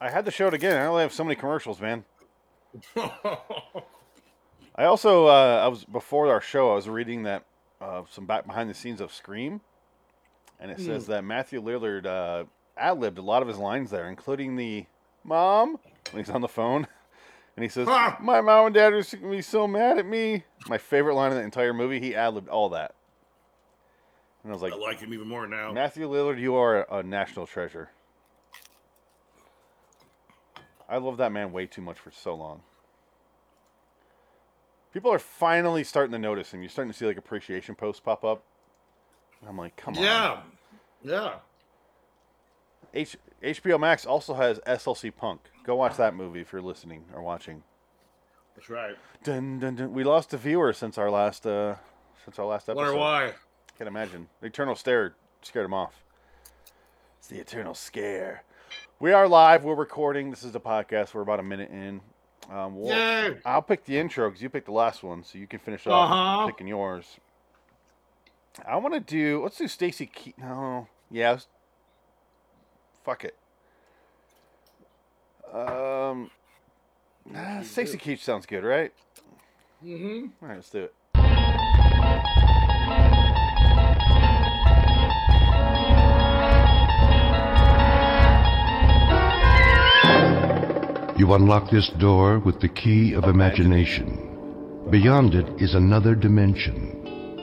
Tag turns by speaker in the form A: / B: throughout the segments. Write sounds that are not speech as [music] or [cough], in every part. A: I had to show it again. I only have so many commercials, man.
B: [laughs]
A: I also uh, I was before our show. I was reading that uh, some back behind the scenes of Scream, and it says that Matthew Lillard uh, ad libbed a lot of his lines there, including the "mom" when he's on the phone, [laughs] and he says,
B: Ah!
A: "My mom and dad are gonna be so mad at me." My favorite line in the entire movie. He ad libbed all that, and I was like,
B: I like him even more now.
A: Matthew Lillard, you are a national treasure. I love that man way too much for so long. People are finally starting to notice him. You're starting to see like appreciation posts pop up. And I'm like, come on.
B: yeah, yeah.
A: H- HBO Max also has SLC Punk. Go watch that movie if you're listening or watching.
B: That's right.
A: Dun, dun, dun. We lost a viewer since our last uh since our last episode.
B: Wonder why.
A: Can't imagine. The Eternal Stare scared him off. It's the Eternal Scare. We are live. We're recording. This is the podcast. We're about a minute in. Um, we'll-
B: Yay!
A: I'll pick the intro because you picked the last one, so you can finish off
B: Uh-huh.
A: picking yours. I want to do. Let's do Stacy. Ke- no. Yeah. let's- Fuck it. Um. ah, Stacy Keach sounds good, right?
B: Mm-hmm.
A: All right, let's do it.
C: You unlock this door with the key of imagination. Beyond it is another dimension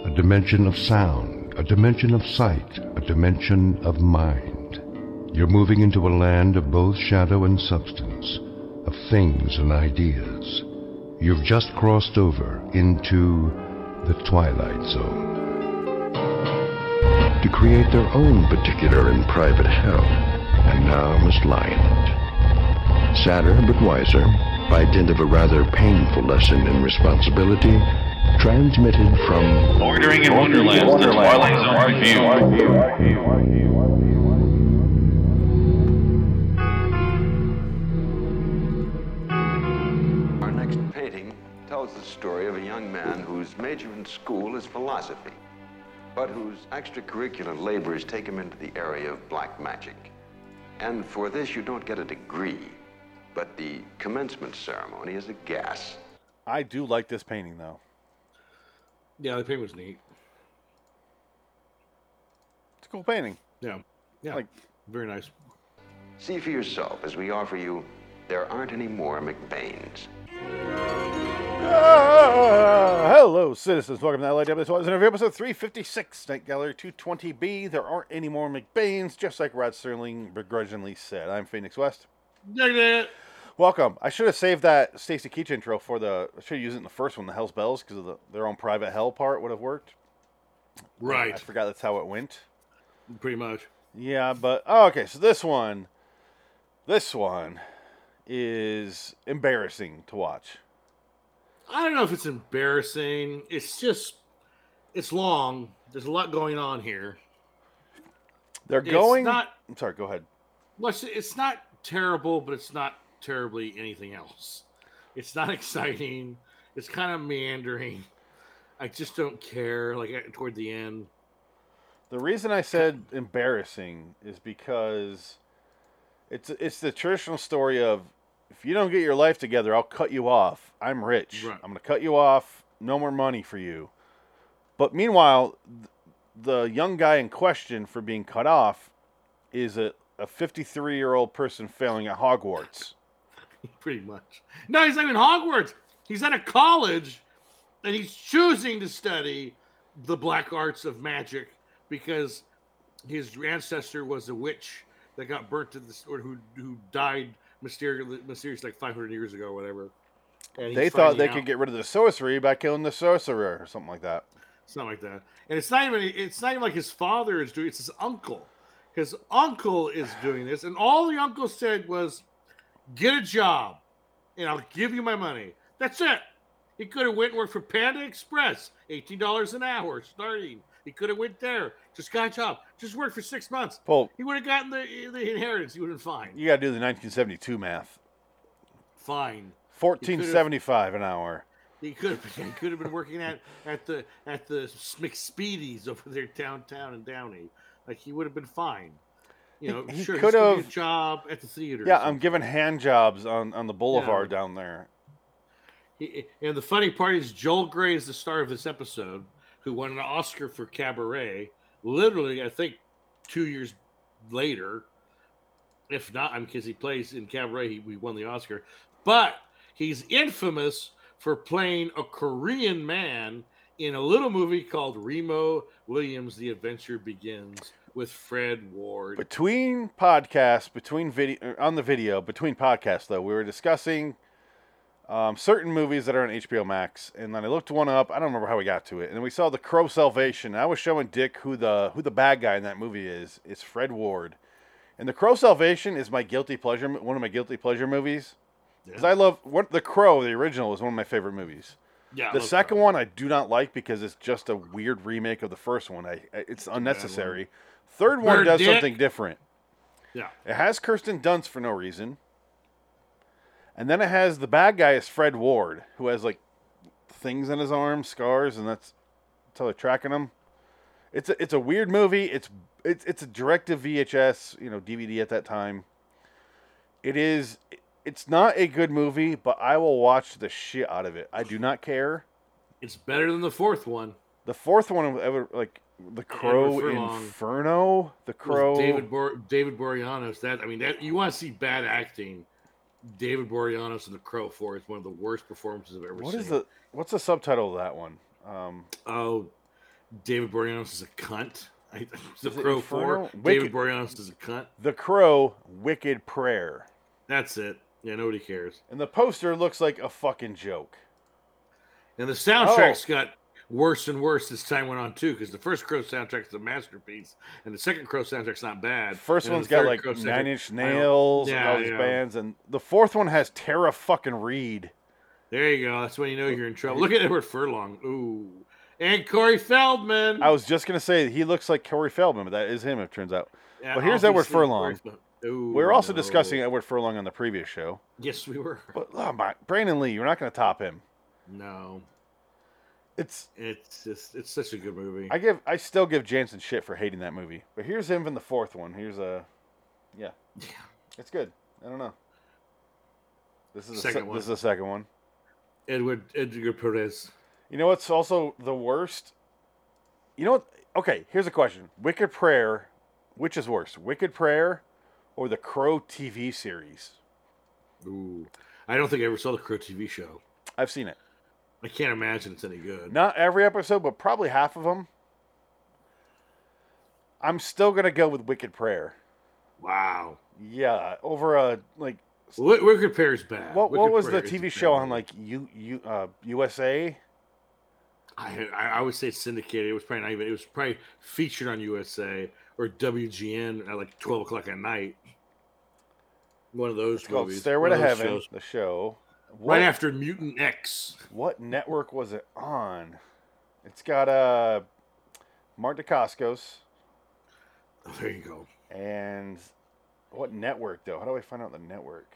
C: a dimension of sound, a dimension of sight, a dimension of mind. You're moving into a land of both shadow and substance, of things and ideas. You've just crossed over into the Twilight Zone to create their own particular and private hell, and now must lie in it. Sadder but wiser, by dint of a rather painful lesson in responsibility, transmitted from
D: Bordering in Wonderland, the Twilight Zone Review.
E: Our next painting tells the story of a young man whose major in school is philosophy, but whose extracurricular labors take him into the area of black magic. And for this, you don't get a degree, but the commencement ceremony is a gas.
A: I do like this painting though.
B: Yeah, the paint was neat.
A: It's a cool painting.
B: Yeah, yeah.
A: Like-
B: very nice.
E: See for yourself as we offer you There Aren't Any More McBains.
A: Ah, hello, citizens. Welcome to LAW Twilight Interview, episode 356, Night Gallery 220B. There aren't any more McBains, just like Rod Sterling begrudgingly said. I'm Phoenix West.
B: Dig it.
A: Welcome. I should have saved that Stacy Keach intro for the. I should have used it in the first one, the Hell's Bells, because of the, their own private hell part would have worked. I
B: Right,
A: forgot that's how it went.
B: pretty much.
A: Yeah, but oh, okay. So this one, this one is embarrassing to watch.
B: I don't know if it's embarrassing. It's just, it's long. There's a lot going on here.
A: They're
B: It's
A: going.
B: not-
A: I'm sorry. Go ahead.
B: Well, it's- it's not terrible, but it's not terribly anything else. It's not [laughs] exciting. It's kind of meandering. I just don't care. Like uh, toward the end,
A: The reason I said embarrassing is because it's it's the traditional story of if you don't get your life together, I'll cut you off. I'm rich.
B: Right.
A: I'm going to cut you off. No more money for you. But meanwhile, th- the young guy in question for being cut off is a a 53 year old person failing at Hogwarts.
B: pretty much. No, he's not in Hogwarts. He's at a college, and he's choosing to study the black arts of magic because his ancestor was a witch that got burnt to the or who who died mysteriously, mysteriously like 500 years ago, or whatever. And he's
A: They thought
B: finding
A: they
B: out-
A: could get rid of the sorcery by killing the sorcerer or something like that.
B: something like that. And it's not even it's not even like his father is doing. It's his uncle. His uncle is doing this, and all the uncle said was, "Get a job, and I'll give you my money." That's it. He could have went and worked for Panda Express, eighteen dollars an hour starting. He could have went there, just got a job, just worked for six months.
A: Well,
B: He would have gotten the, the inheritance. He would have been fine.
A: you got to do the 1972 math.
B: Fine.
A: 1475 an hour.
B: He could have been, he could have been working at, at the at the McSpeedies over there downtown in Downey. Like he would have been fine. You know,
A: he
B: sure,
A: could
B: he's gonna
A: have-
B: get a job at the theater. or
A: Yeah, I'm
B: something.
A: giving hand jobs on, on the boulevard down there.
B: He- and the funny part is Joel Gray is the star of this episode, who won an Oscar for Cabaret. Literally, I think two years later, if not, I'm because he plays in Cabaret, he, he won the Oscar. But he's infamous for playing a Korean man in a little movie called Remo Williams: The Adventure Begins with Fred Ward.
A: Between podcasts, between video er, on the video, between podcasts though, we were discussing um, certain movies that are on HBO Max, and then I looked one up. I don't remember how we got to it, and then we saw The Crow Salvation. and I was showing Dick who the who the bad guy in that movie is. It's Fred Ward, and The Crow Salvation is my guilty pleasure, mo- one of my guilty pleasure movies. Because I love what The Crow, the original, is one of my favorite movies.
B: yeah, I
A: The
B: love
A: second one I do not like because it's just a weird remake of the first one. I, I- it's unnecessary. Third one
B: Bird
A: does
B: dick.
A: something different.
B: Crow. yeah.
A: It has Kirsten Dunst for no reason, and then it has the bad guy is Fred Ward, who has like things in his arm, scars, and that's that's how they're tracking him. It's a, it's a weird movie. It's it's it's a direct to VHS, you know, DVD at that time. It is. It's not a good movie, but I will watch the shit out of it. I do not care.
B: It's better than the fourth one.
A: The fourth one, I would- like the Crow
B: Furlong.
A: Inferno, the
B: was
A: Crow.
B: David Bor- David Boreanaz. That I mean, that you want to see bad acting. David Boreanaz and The Crow for is one of the worst performances I've ever
A: What
B: seen.
A: is the what's the subtitle of that one? Um,
B: Oh, David Boreanaz is a cunt. I, [laughs] the
A: Is it
B: Crow
A: Inferno?
B: for
A: Wicked.
B: David Boreanaz is a cunt.
A: the Crow, Wicked Prayer,
B: That's it. Yeah, nobody cares.
A: and the poster looks like a fucking joke.
B: And the
A: Oh.
B: soundtracks got worse and worse as time went on too, because the first Crow soundtrack's a masterpiece, and the second Crow soundtrack's not bad.
A: The first
B: and then
A: one's
B: the
A: got
B: third
A: like
B: Crow soundtrack-
A: Nine Inch
B: I don't-
A: Nails and
B: Yeah,
A: all these
B: yeah.
A: bands, and the fourth one has Tara fucking Reed.
B: There you go. That's when you know you're in trouble. Look at Edward Furlong. Ooh, and Corey Feldman.
A: I was just gonna say he looks like Corey Feldman, but that is him. It turns out.
B: Yeah,
A: Well, here's Edward
B: obviously,
A: Furlong.
B: Corey Fel- Ooh,
A: We were also
B: no.
A: discussing Edward Furlong on the previous show,
B: Yes, we were.
A: but oh my, Brandon Lee, you're not gonna top him.
B: No,
A: It's
B: it's just it's such a good movie.
A: I give I still give Jansen shit for hating that movie. But here's him in the fourth one. Here's a yeah.
B: Yeah.
A: It's good. I don't know. This is the
B: Second
A: se-
B: one.
A: this is the second one.
B: Edward Edgar Perez.
A: You know what's also the worst? You know what okay, here's a question. Wicked Prayer, which is worse? Wicked Prayer or the Crow TV series?
B: Ooh, I don't think I ever saw the Crow TV show.
A: I've seen it.
B: I can't imagine it's any good.
A: Not every episode, but probably half of them. I'm still gonna go with Wicked Prayer.
B: Wow,
A: Yeah, over a like
B: Wick- Wicked Prayer is bad.
A: What, what
B: Wicked
A: was the
B: Prayer is a
A: TV
B: bad
A: show on
B: movie.
A: like U, U, uh, USA?
B: I, I I would say it's syndicated. It was probably not even. It was probably featured on USA or WGN at like twelve o'clock at night. One of those
A: It's called
B: movies.
A: Stairway to
B: one of those
A: Heaven.
B: shows.
A: The show. What,
B: Right after Mutant X.
A: what network was it on? It's got uh, Mark DeCascos
B: Oh, there you go.
A: and what network though? How do I find out the network?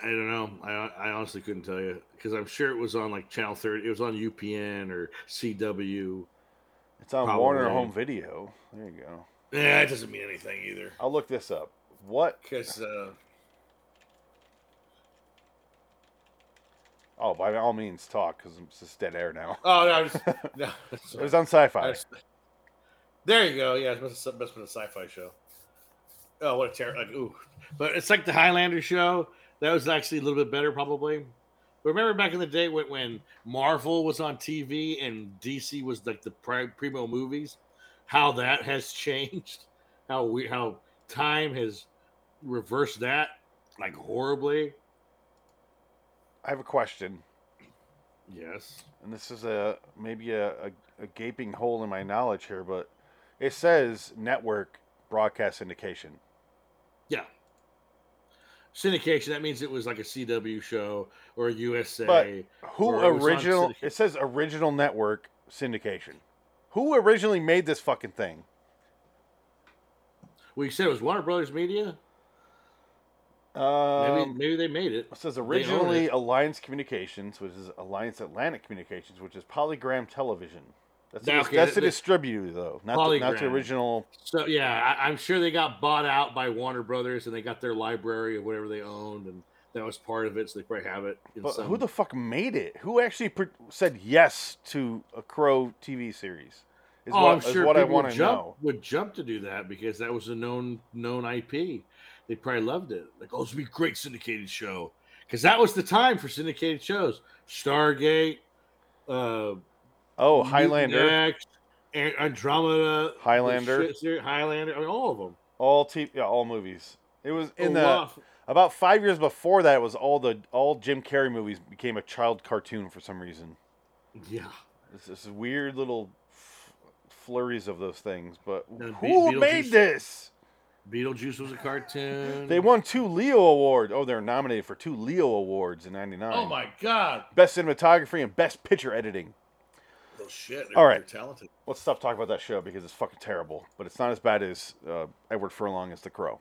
B: I don't know. I, I honestly couldn't tell you because I'm sure it was on like Channel 30. It was on UPN or CW.
A: It's on Warner
B: Probably.
A: Home Video. There you go.
B: Yeah, it doesn't mean anything either.
A: I'll look this up. What?
B: Because uh,
A: Oh, by all means, talk because it's just dead air now.
B: oh no, I'm just, no. [laughs] that's
A: It was
B: right.
A: on Sci-Fi.
B: I just- there you go. Yeah, it must have, must have been a sci-fi show. Oh, what a terror! Like ooh, but it's like the Highlander show. That was actually a little bit better, probably. But remember back in the day when, when Marvel was on TV and DC was like the pri- primo movies, how that has [laughs] changed, how we how time has reversed that like horribly.
A: I have a question.
B: Yes.
A: and this is a maybe a, a, a gaping hole in my knowledge here, but it says network broadcast syndication.
B: Yeah. Syndication. That means it was like a CW show or a USA.
A: Who
B: Or it was on
A: original?
B: syndication.
A: It says original network syndication. Who originally made this fucking thing?
B: Well, you said it was Warner Brothers Media. Uh, Maybe
A: Um,
B: maybe they made it.
A: it says
B: They own
A: originally
B: it.
A: Alliance Communications, which is Alliance Atlantic Communications, which is Polygram Television. That's,
B: Now,
A: a,
B: okay,
A: that's
B: th-
A: the
B: th-
A: distributor though, not the, not the
B: Polygram.
A: original.
B: So yeah, I, I'm sure they got bought out by Warner Brothers, and they got their library of whatever they owned, and that was part of it. So they probably have it. In
A: But
B: some...
A: who the fuck made it? Who actually pr- said yes to a Crow TV series? Is
B: oh,
A: what,
B: I'm
A: is
B: sure
A: what I
B: people
A: want to
B: jump,
A: know.
B: would jump to do that because that was a known known IP. They probably loved it. Like, oh, this would be a great syndicated show because that was the time for syndicated shows. Stargate, uh,
A: Oh,
B: Mutant
A: Highlander,
B: X, An- Andromeda,
A: Highlander.
B: shit ser- Highlander, I mean, all of them.
A: all TV, yeah, all movies. It was in
B: Oh,
A: the
B: wow.
A: about five years before that. It was all the all Jim Carrey movies became a child cartoon for some reason.
B: yeah.
A: It's this weird little f- flurries of those things. But
B: No, Be-
A: who made
B: Beetlejuice-
A: this?
B: Beetlejuice was a cartoon.
A: They won two Leo awards. Oh, they're nominated for two Leo awards in '99.
B: Oh my god!
A: Best cinematography and best picture editing.
B: Oh shit! They're,
A: All right.
B: they're talented. [laughs]
A: Let's stop talking about that show because it's fucking terrible. But it's not as bad as uh, Edward Furlong as The Crow.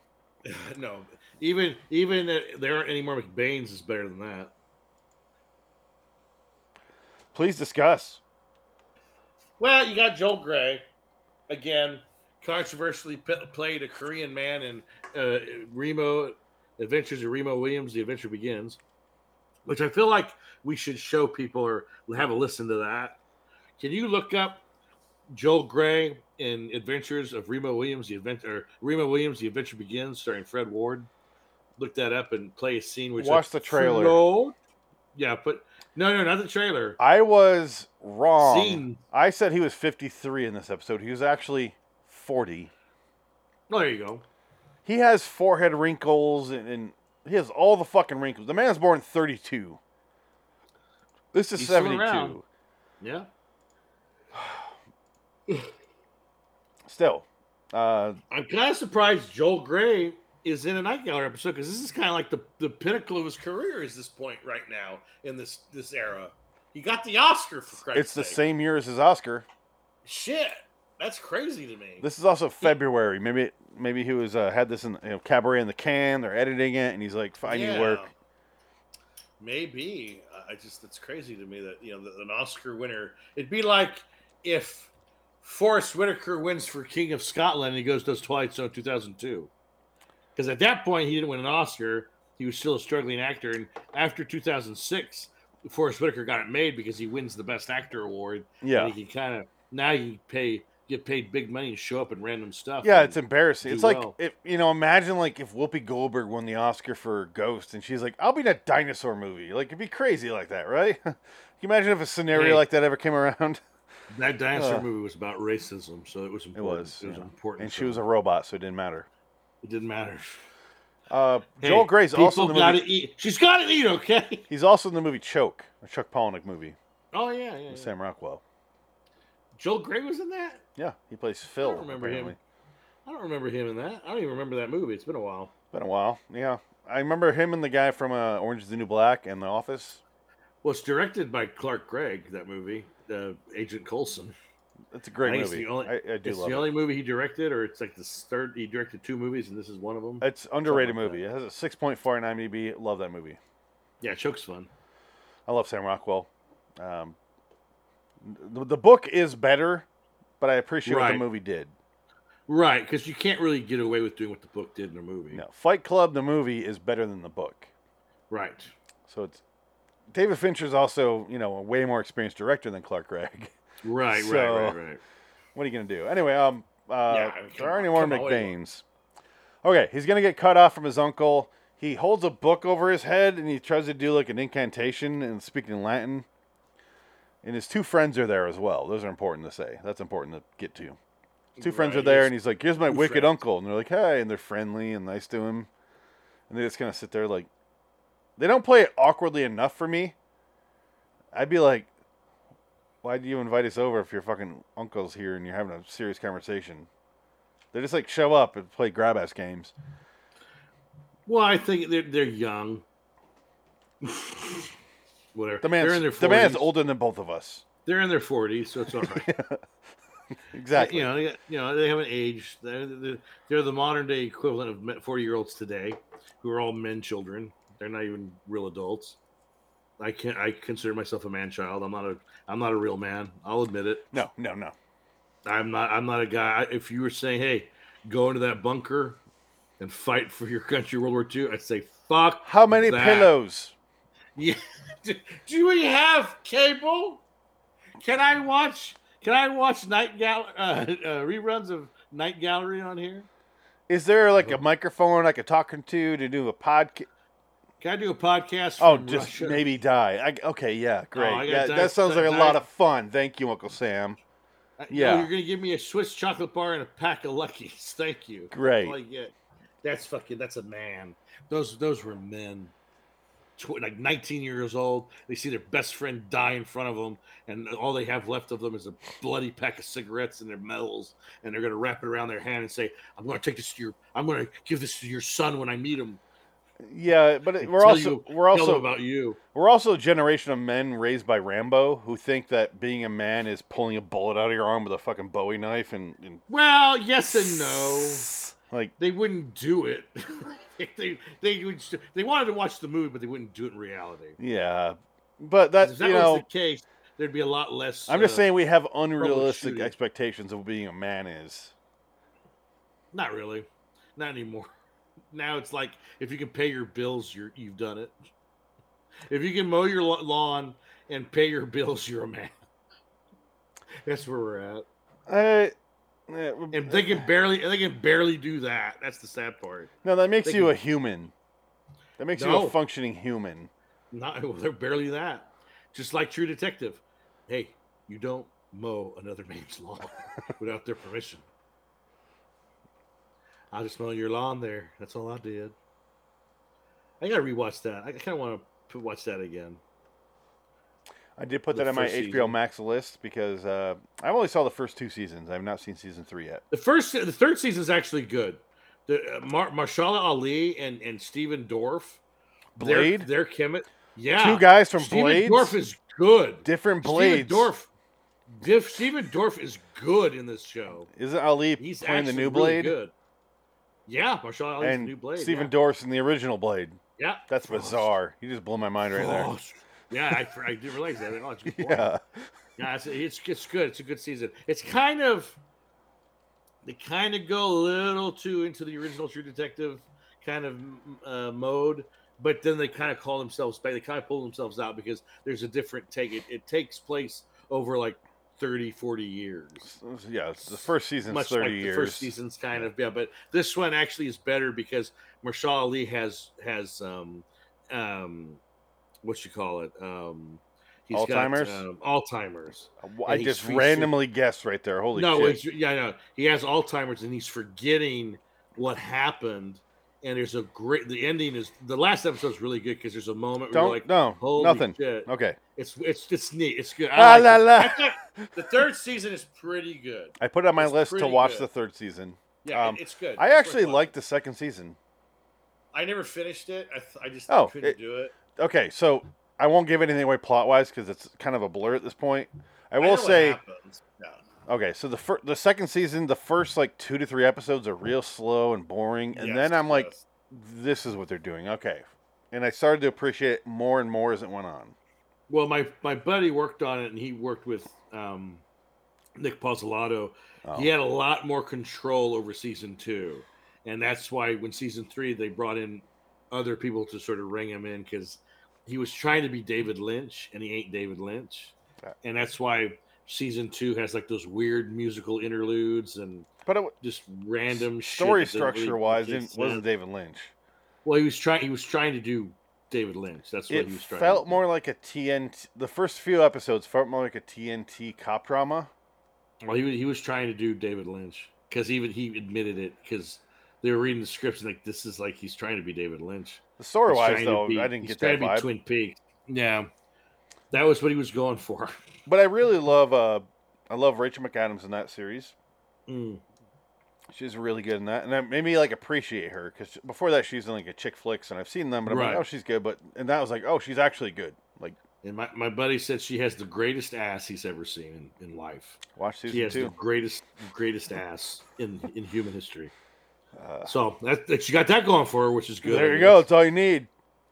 B: no, even even uh, there aren't any more McBain's is better than that.
A: Please discuss.
B: Well, you got Joel Gray again, controversially p- played a Korean man in uh, Remo Adventures of Remo Williams. The adventure begins, which I feel like we should show people or have a listen to that. Can you look up Joel Gray in Adventures of Remo Williams? The adventure or Remo Williams. The adventure begins, starring Fred Ward. Look that up and play a scene. Which
A: Watch the trailer.
B: No, yeah, but no, no, not the trailer.
A: I was wrong.
B: Scene.
A: I said he was 53 in this episode. He was actually 40.
B: Oh, there you go.
A: He has forehead wrinkles and, and he has all the fucking wrinkles. The man's born 32. This is
B: He's still
A: 72.
B: around. Yeah.
A: Still, uh,
B: I'm kind of surprised Joel Gray is in a Nightgown episode because this is kind of like the, the pinnacle of his career is this point right now in this this era. He got the Oscar for Christ's
A: it's the
B: sake.
A: same year as his Oscar.
B: Shit, that's crazy to me.
A: This is also February. Maybe maybe he was uh, had this in you know, cabaret in the can. They're editing it, and he's like, "I need
B: Yeah.
A: work."
B: Maybe I- I just it's crazy to me that you know that an Oscar winner. It'd be like if Forrest Whitaker wins for King of Scotland and he goes does Twilight Zone 2002, because at that point he didn't win an Oscar. He was still a struggling actor, and after 2006, Forrest Whitaker got it made because he wins the Best Actor award.
A: Yeah,
B: and he can kind of now you pay get paid big money and show up in random stuff.
A: yeah,
B: and-
A: it's embarrassing.
B: do
A: It's like
B: well.
A: if you know, imagine like if Whoopi Goldberg won the Oscar for Ghost, and she's like, "I'll be in a dinosaur movie." Like it'd be crazy like that, right? [laughs] Can you imagine if a scenario
B: Hey.
A: like that ever came
B: [laughs]
A: around?
B: that dancer
A: Ugh.
B: movie was about racism, so it was
A: It
B: important.
A: was, yeah.
B: important,
A: and she
B: so
A: was a robot, so it didn't matter.
B: it didn't matter.
A: Uh,
B: Hey,
A: Joel Gray's also in the
B: people gotta
A: movie.
B: eat. She's got to eat, okay?
A: He's also in the movie Choke, a Chuck Palahniuk movie
B: Oh yeah, yeah.
A: with
B: yeah.
A: Sam Rockwell.
B: Joel Gray was in that.
A: Yeah, he plays Phil.
B: remember him.
A: apparently.
B: I don't remember him in that. I don't even remember that movie. It's been a while.
A: Been a while. Yeah. I remember him and the guy from uh, Orange is the New Black and The Office.
B: Well, it's directed by Clark Gregg. That movie, uh, Agent Coulson.
A: It's a
B: I
A: great
B: think it's
A: movie.
B: the only-
A: I, I do
B: it's
A: love
B: the
A: it.
B: only movie he directed, or it's like the third. He directed two movies, and this is one of them.
A: It's underrated
B: Something like
A: movie. It has a 6.4 on IMDb. Love that movie.
B: yeah, Choke's fun.
A: I love Sam Rockwell. Um, the, the book is better, but I appreciate what
B: Right.
A: the movie did.
B: Right, because you can't really get away with doing what the book did in a movie.
A: No, Fight Club, the movie, is better than the book.
B: Right.
A: So it's David Fincher's also, you know, a way more experienced director than Clark Gregg. [laughs]
B: Right.
A: So-
B: right. Right. Right.
A: What are you gonna do? Anyway, um, uh,
B: Yeah, I mean, come
A: there aren't
B: on-
A: any more
B: come on, what do you
A: McBain's. Okay, he's gonna get cut off from his uncle. He holds a book over his head and he tries to do like an incantation and speaking in Latin. And his two friends are there as well. Those are important to say. That's important to get to. His two friends
B: Right,
A: are there,
B: yes.
A: and he's like, "Here's my
B: Two
A: wicked
B: friends.
A: uncle," and they're like, "Hey," and they're friendly and nice to him. And they just kind of sit there like, they don't play it awkwardly enough for me. I'd be like, why do you invite us over if your fucking uncle's here and you're having a serious conversation? They just like show up and play grab ass games.
B: Well, I think they're they're young. [laughs] Whatever.
A: The
B: they're in their
A: man's, the man's
B: 40s.
A: older than both of us.
B: They're in their forties, so it's all right.
A: Exactly.
B: You know, you you know, they haven't aged. They're, they're, they're the modern day equivalent of forty year olds today, who are all men children. They're not even real adults. I can't. I consider myself a man child. I'm not a. I'm not a real man. I'll admit it.
A: No, no, no.
B: I'm not. I'm not a guy. If you were saying, "Hey, go into that bunker and fight for your country, World War II," I'd say, "Fuck."
A: How many
B: that."
A: pillows?
B: Yeah. [laughs] Do- Do we have cable? Can I watch? Can I watch night gal uh, uh, reruns of Night Gallery on here?
A: Is there like
B: Uh-huh.
A: a microphone I could talk into to do a podcast?
B: Can I do a podcast?
A: Oh,
B: from
A: just
B: Russia? Oh,
A: maybe die. I, okay, yeah, great.
B: I got
A: yeah,
B: di-
A: that sounds like a
B: di-
A: lot of fun. Thank you, Uncle Sam.
B: I- no,
A: yeah.
B: Oh, you're gonna give me a Swiss chocolate bar and a pack of Luckies. [laughs] Thank you.
A: Great.
B: That's all I get. That's fucking. That's a man. Those those were men, tw- like 19 years old. They see their best friend die in front of them, and all they have left of them is a bloody pack of cigarettes and their medals. And they're gonna wrap it around their hand and say, "I'm gonna take this to your. I'm gonna give this to your son when I meet him.
A: Yeah, but it,
B: and
A: we're
B: tell
A: also
B: you-
A: we're
B: tell him
A: also
B: about you."
A: we're also a generation of men raised by Rambo who think that being a man is pulling a bullet out of your arm with a fucking Bowie knife and, and
B: Well, yes and no.
A: like
B: they wouldn't do it. [laughs] they they would st- they wanted to watch the movie, but they wouldn't do it in reality.
A: yeah. But that,
B: If that
A: you
B: was
A: know,
B: the case, there'd be a lot less.
A: I'm just
B: uh,
A: saying we have unrealistic
B: troubleshooting.
A: expectations of what being a man is.
B: not really, not anymore. [laughs] Now it's like if you can pay your bills, you're you've done it. If you can mow your lo- lawn and pay your bills, you're a man. [laughs] That's where we're at,
A: I, eh,
B: and they can barely they can barely do that. That's the sad part.
A: no, that makes
B: they
A: you
B: can-
A: a human. That makes you
B: No.
A: a functioning human.
B: Not [laughs] well, they're barely that. Just like True Detective. Hey, you don't mow another [laughs] man's lawn without their permission. I just mowed your lawn there. That's all I did. I gotta rewatch that. I kind of want to watch that again.
A: I did put
B: The
A: that on my
B: first
A: HBO
B: season.
A: Max list because uh, I only saw the first two seasons. I've not seen season three yet.
B: The first, the third season is actually good. The uh, Mar- Marshala Ali and and Steven Dorff. their-
A: Blade,
B: their chemi- Yeah,
A: two guys from
B: Ah, Steven
A: Blades,
B: Dorff is good.
A: different Blades.
B: Steven Dorff. Diff, Steven Dorff is good in this show.
A: Isn't Ali
B: He's
A: playing the
B: actually
A: new
B: really
A: Blade?
B: good. Yeah, Marshall Ali's
A: and
B: the new Blade.
A: Stephen
B: yeah.
A: Dorff's in the original Blade.
B: yeah.
A: That's
B: Oh,
A: bizarre. You just blew my mind right there.
B: oh, yeah, I, for- I didn't realize that. Oh, it's good. Yeah,
A: [laughs] Yeah,
B: it's, it's it's good. It's a good season. It's kind of they kind of go a little too into the original True Detective kind of uh, mode, but then they kind of call themselves back. They kind of pull themselves out because there's a different take. It, it takes place over like 30, 40 years.
A: yeah. it's The first season's
B: much
A: thirty
B: like
A: years.
B: the first season's kind of yeah, but this one actually is better because Marshall Ali has has um um what you call it um he's
A: Alzheimer's?
B: got um, Alzheimer's.
A: I
B: and he's
A: just
B: featured-
A: randomly guessed right there. Holy
B: no,
A: shit!
B: it's, yeah, no, he has Alzheimer's and he's forgetting what happened. And there's a great the ending is the last episode is really good because there's a moment where
A: Don't
B: you're like
A: no
B: holy
A: nothing.
B: shit.
A: Okay,
B: It's it's it's neat. It's good.
A: Ah,
B: I
A: la,
B: like it.
A: la.
B: I thought the third season is pretty good.
A: I put it on my
B: It's
A: list to
B: pretty
A: watch
B: good.
A: the third season.
B: Yeah, it-
A: Um,
B: it's good.
A: I
B: It's worth
A: actually
B: watching.
A: liked the second season.
B: I never finished it. I, th- I just
A: Oh,
B: couldn't
A: it-
B: do it.
A: okay, so I won't give anything away plot wise because it's kind of a blur at this point. I will
B: know what
A: say,
B: happens. No.
A: okay, so the fir- the second season, the first like two to three episodes are real slow and boring, and
B: Yes,
A: then I'm like,
B: yes.
A: this is what they're doing, okay. And I started to appreciate it more and more as it went on.
B: well, my my buddy worked on it, and he worked with um, Nick Pozzolato.
A: Oh.
B: He had a lot more control over season two, and that's why when season three they brought in other people to sort of ring him in because he was trying to be David Lynch, and he ain't David Lynch,
A: Yeah.
B: and that's why season two has like those weird musical interludes and
A: But it,
B: just random shit
A: story
B: that doesn't really
A: structure wise,
B: make
A: it
B: sense.
A: wasn't David Lynch.
B: Well, he was trying. He was trying to do David Lynch. That's what
A: It
B: he was trying.
A: felt
B: to do.
A: more like a TNT. The first few episodes felt more like a TNT cop drama.
B: Well, he was, he was trying to do David Lynch because even he admitted it because they were reading the scripts and like this is like he's trying to be David Lynch.
A: The story
B: He's
A: wise,
B: trying to
A: though,
B: be-
A: I didn't
B: he's
A: get that
B: trying to be
A: vibe.
B: Twin Peaks. Yeah, that was what he was going for. [laughs]
A: But I really love uh I love Rachel McAdams in that series.
B: Mm.
A: She's really good in that, and that made me like appreciate her because before that she was in like a chick flicks, and I've seen them, but I'm
B: Right.
A: like, oh, she's good. But and that was like, oh, she's actually good. Like
B: And my, my buddy said she has the greatest ass he's ever seen in, in life.
A: watch
B: She
A: season
B: has the
A: two.
B: greatest greatest ass in in human history.
A: Uh,
B: So that, that she got that going for her, which is good. I
A: there you
B: guess.
A: go. That's all you need.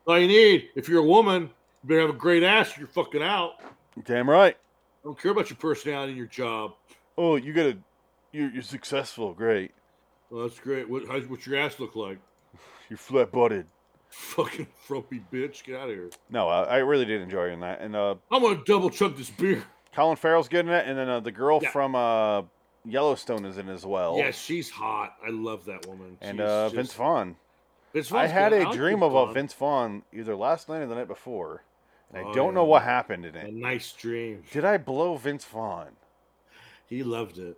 B: all you need if you're a woman You better have a great ass. or You're fucking out. I
A: Damn right.
B: don't care about your personality and your job.
A: Oh, you got a, you're, you're successful. Great.
B: Well, that's great. What, how's, what's your ass look like? [laughs]
A: You're flat butted.
B: Fucking frumpy bitch. Get out of here.
A: No, I, I really did enjoy in that. And uh,
B: I'm gonna double chunk this beer.
A: Colin Farrell's good in it, and then uh, the girl
B: Yeah.
A: from uh, Yellowstone is in as well.
B: Yeah, she's hot. I love that woman.
A: And
B: She's
A: uh,
B: just-
A: Vince Vaughn.
B: Vince
A: I
B: Vaughn's
A: had
B: good.
A: a
B: like
A: dream about
B: Vaughn.
A: Vince Vaughn either last night or the night before, and I
B: Oh,
A: don't know
B: yeah.
A: what happened in
B: A
A: it.
B: nice dream.
A: Did I blow Vince Vaughn?
B: He loved it.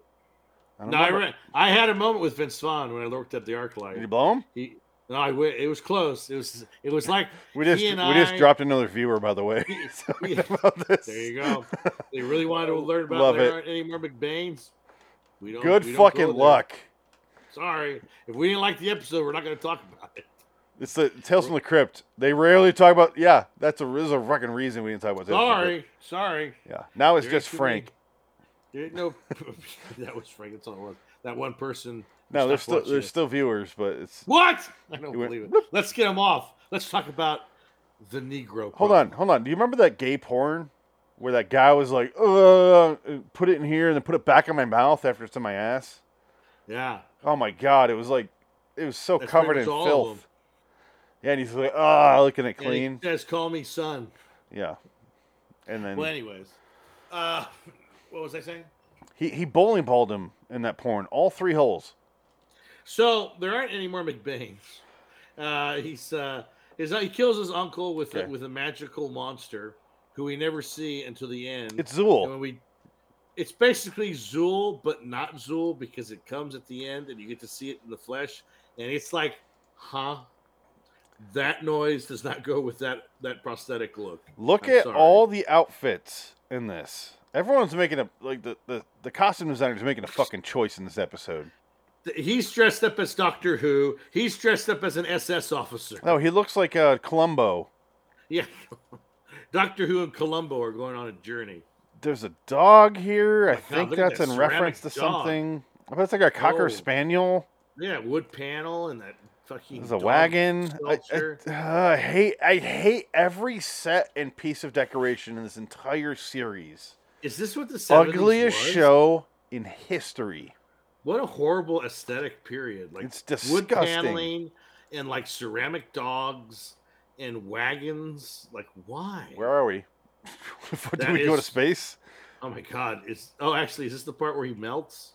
A: I don't
B: No, I,
A: remember.
B: re- I had a moment with Vince Vaughn when I looked up the arc light.
A: Did you blow him?
B: He, no, I w- it was close. It was
A: [laughs]
B: it was like
A: We just
B: he
A: we
B: and
A: just
B: I-
A: dropped another viewer, by the
B: [laughs]
A: way. [laughs]
B: We-
A: Sorry
B: we-
A: about this.
B: There you go.
A: [laughs]
B: they really wanted to learn about
A: Love
B: there
A: it.
B: aren't any more McBains. We don't.
A: Good
B: we don't go
A: fucking
B: there.
A: luck.
B: Sorry, if we didn't like the episode, we're not going to talk about it.
A: It's the Tales from the Crypt. They rarely talk about. Yeah, that's a there's a fucking reason we didn't talk about. Tales from the Crypt.
B: Sorry, sorry.
A: Yeah. Now it's
B: There ain't
A: just
B: too
A: Frank.
B: There ain't no, [laughs] that was Frank. That's all it was. That one person.
A: No, there's
B: who's not
A: still
B: watching
A: there's
B: it.
A: still viewers, but it's.
B: What? I don't
A: He went
B: believe it. Let's get him off. Let's talk about the Negro.
A: Hold
B: problem.
A: on, hold on. Do you remember that gay porn where that guy was like, uh, put it in here and then put it back in my mouth after it's in my ass?
B: Yeah.
A: Oh my god, it was like, it was so
B: That's pretty
A: covered in
B: much all of them.
A: filth. Yeah, and he's like, ah, looking at
B: And he
A: clean.
B: says, "Call me son."
A: yeah. And then
B: Well, anyways, uh, [laughs] what was I saying?
A: he, he bowling balled him in that porn, all three holes.
B: So there aren't any more McBains. Uh, he's uh, his, he kills his uncle with a,
A: Okay.
B: with a magical monster who we never see until the end.
A: It's
B: And when
A: Zool.
B: we, it's basically Zool, but not Zool because it comes at the end and you get to see it in the flesh, and it's like, huh. That noise does not go with that that prosthetic look.
A: Look
B: I'm
A: at
B: sorry.
A: all the outfits in this. Everyone's making a, like, the, the, the costume designer's making a fucking choice in this episode.
B: Th- He's dressed up as Doctor Who. He's dressed up as an SS officer.
A: No, he looks like uh, Columbo.
B: [laughs] Yeah. Doctor Who and Columbo are going on a journey.
A: There's a dog here. I
B: Oh God,
A: think
B: look at
A: that's
B: that
A: in reference to
B: ceramic dog.
A: something. I bet it's like a cocker
B: Oh.
A: spaniel.
B: Yeah, wood panel and that fucking.
A: There's a
B: dog
A: wagon. I,
B: sculpture.
A: I- uh, I hate. I hate every set and piece of decoration in this entire series.
B: Is this what the 70s
A: Ugliest
B: was?
A: show in history.
B: What a horrible aesthetic period! Like
A: It's
B: wood
A: disgusting.
B: paneling and like ceramic dogs and wagons. Like why?
A: Where are we? [laughs] Did
B: That
A: we go to
B: is-
A: space?
B: oh my god! Is oh actually is this the part where he melts?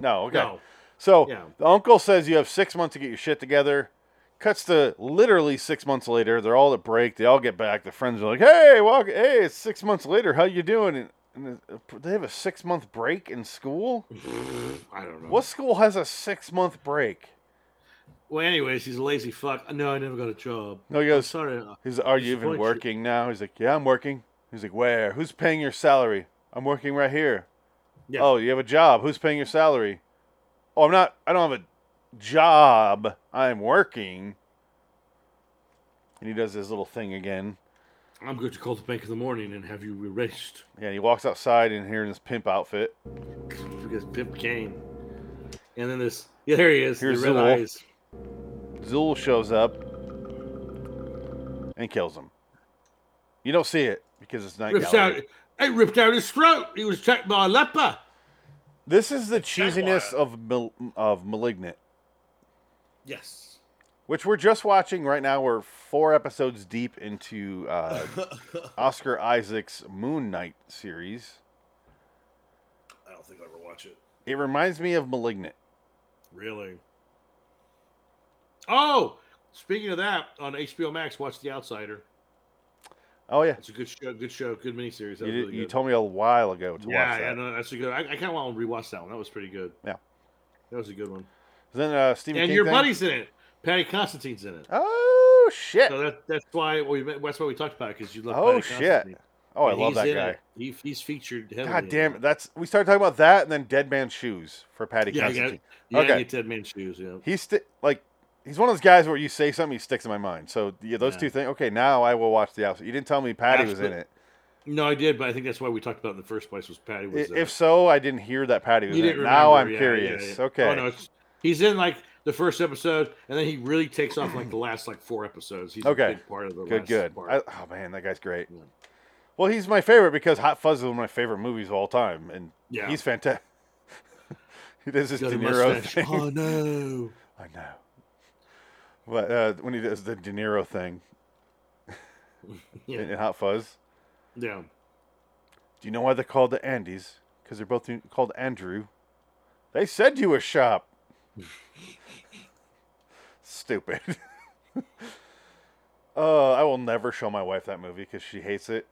A: No. Okay.
B: No.
A: So
B: Yeah.
A: the uncle says you have six months to get your shit together. Cuts to literally six months later. They're all at break. They all get back. The friends are like, "Hey, well, hey, it's six months later. How you doing?" And, and the- they have a six month break in school.
B: [sighs] Mm-hmm. I don't know.
A: What school has a six month break?
B: Well, anyways, he's a lazy fuck. No, I never got a job.
A: No, he goes.
B: Sorry. uh,
A: He's, are you
B: Disappoint
A: even
B: you.
A: working now? He's like, "Yeah, I'm working." He's like, "Where? Who's paying your salary?" "I'm working right here."
B: Yeah.
A: "Oh, you have a job. Who's paying your salary?" "Oh, I'm not. I don't have a job. I'm working." And he does his little thing again.
B: I'm going to call the bank in the morning and have you erased
A: Yeah, and he walks outside in here in his pimp outfit.
B: because Pip came. And then this, yeah, there he is.
A: Here's
B: the red
A: Zool.
B: eyes.
A: Zool shows up and kills him. You don't see it because it's night.
B: Rips
A: gallery.
B: out, it ripped out his throat. He was attacked by a leper.
A: This is the cheesiness of Mal- of malignant.
B: Yes.
A: which we're just watching right now. We're four episodes deep into
B: [laughs]
A: uh, Oscar Isaac's Moon Knight series.
B: I don't think I'll ever watch it.
A: It reminds me of Malignant.
B: Really. Oh, speaking of that, on HBO Max, watch The Outsider.
A: Oh yeah,
B: It's a good show. Good show. Good miniseries. That
A: you, did-
B: was really
A: you
B: good.
A: told me a while ago to
B: yeah,
A: watch
B: yeah,
A: that.
B: no, that's a good. I, I kind of want to rewatch that one. That was pretty good.
A: Yeah.
B: That was a good one.
A: Then uh, Stephen
B: and
A: King
B: your
A: thing?
B: buddy's in it. Patty Constantine's in it.
A: Oh shit!
B: So that, that's why we that's why we talked about it because you love.
A: Oh
B: Patty
A: shit!
B: Constantine.
A: Oh, I
B: And
A: love
B: he's
A: that
B: in
A: guy.
B: it. He, he's featured. Heavily
A: God damn it! That's we started talking about that, and then Dead Man's Shoes for Patty
B: Yeah, you got
A: Constantine.
B: yeah,
A: Okay.
B: okay. get Ted Man's shoes. Yeah.
A: He's sti- like he's one of those guys where you say something, he sticks in my mind. So yeah, those
B: Yeah.
A: two things. Okay, now I will watch the outside. You didn't tell me Patty was in
B: Absolute-
A: it.
B: No, I did, but I think that's why we talked about it in the first place was Patty
A: I-
B: was. uh,
A: If so, I didn't hear that Patty was
B: you
A: in it.
B: didn't
A: Now
B: remember,
A: I'm
B: yeah, Oh, yeah,
A: curious.
B: yeah.
A: Okay.
B: Oh no, it's, he's in like the first episode, and then he really takes off like the last like four episodes. He's
A: Okay.
B: a big part of the
A: Good,
B: last
A: good.
B: part.
A: I, oh man, that guy's great. Well, he's my favorite because Hot Fuzz is one of my favorite movies of all time, and
B: Yeah.
A: he's fantastic. [laughs] he does his
B: Got
A: De
B: a
A: Niro
B: mustache.
A: thing. [laughs]
B: Oh no!
A: I know. But uh, when he does the De Niro thing
B: Yeah.
A: in, in Hot Fuzz,
B: Yeah.
A: do you know why they're called the Andes? Because they're both called Andrew. They said you a shop. Stupid. [laughs] uh, I will never show my wife that movie because she hates it.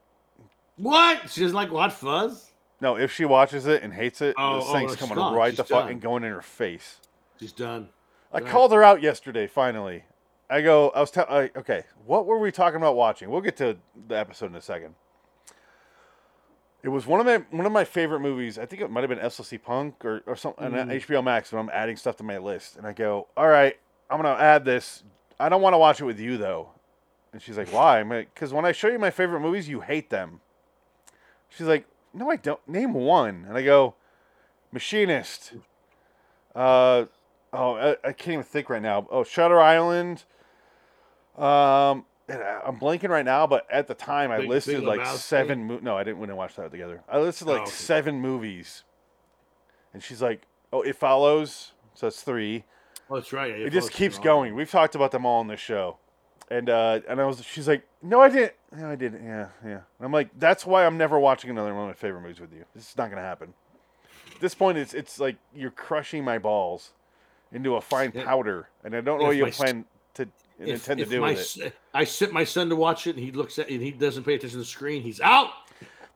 B: What? She doesn't like what fuzz?
A: No, if she watches it and hates it,
B: Oh,
A: this
B: oh,
A: thing's
B: it's
A: coming
B: done.
A: right
B: She's
A: the
B: done.
A: fucking going in her face.
B: She's done.
A: I
B: Right.
A: called her out yesterday. Finally, I go. I was tell. I, okay, what were we talking about watching? We'll get to the episode in a second. It was one of my one of my favorite movies. I think it might have been SLC Punk or uh, or something
B: Mm.
A: on HBO Max. When I'm adding stuff to my list, and I go, "All right, I'm gonna add this. I don't want to watch it with you though." And she's like, "Why?" I'm like, "Cause when I show you my favorite movies, you hate them." She's like, "No, I don't. Name one." And I go, "Machinist." Uh, oh, I, I can't even think right now. Oh, Shutter Island. Um, and I- I'm blanking right now, but at the time I
B: Big-
A: listed
B: Big
A: like
B: Lebowski?
A: seven. Mo- no, I didn't. We didn't watch that together. I listed
B: Oh,
A: like
B: okay.
A: seven movies, and she's like, "Oh, it follows." So that's three.
B: Oh, that's right.
A: It just keeps going. We've talked about them all on this show, and uh, and I was. She's like, "No, I didn't. No, I didn't. Yeah, yeah." And I'm like, "That's why I'm never watching another one of my favorite movies with you. This is not gonna happen." At this point, it's it's like you're crushing my balls into a fine
B: Yeah.
A: powder, and I don't know
B: If
A: what you
B: my s-
A: plan to intend to do
B: my,
A: with it.
B: s- I sent my son to watch it, and he looks at and he doesn't pay attention to the screen. He's out.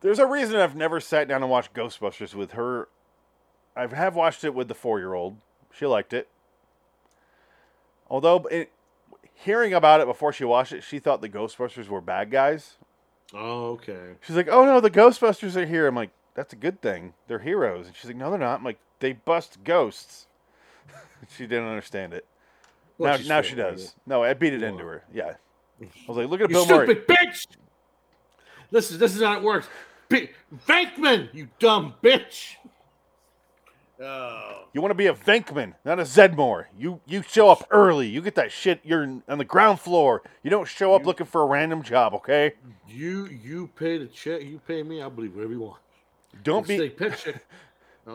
A: There's a reason I've never sat down and watched Ghostbusters with her. I have watched it with the four year old. She liked it. Although, it, hearing about it before she watched it, she thought the Ghostbusters were bad guys.
B: Oh, okay.
A: She's like, oh no, the Ghostbusters are here. I'm like, that's a good thing. They're heroes. And she's like, no, they're not. I'm like, they bust ghosts. [laughs] she didn't understand it.
B: Well, she's
A: now now she
B: fair, right?
A: does. No, I beat it into her. Yeah. I was like, look at
B: [laughs] You
A: Bill Murray.
B: stupid bitch. Listen, this is how it works. Bi- Venkman, you dumb bitch. Oh,
A: You want to be a Venkman, not a Zedmore. You you show up early. You get that shit. You're on the ground floor. You don't show up looking for a random job, okay?
B: you you pay the check. You pay me. I'll believe whatever you want.
A: Don't
B: Say
A: be
B: paycheck. I'll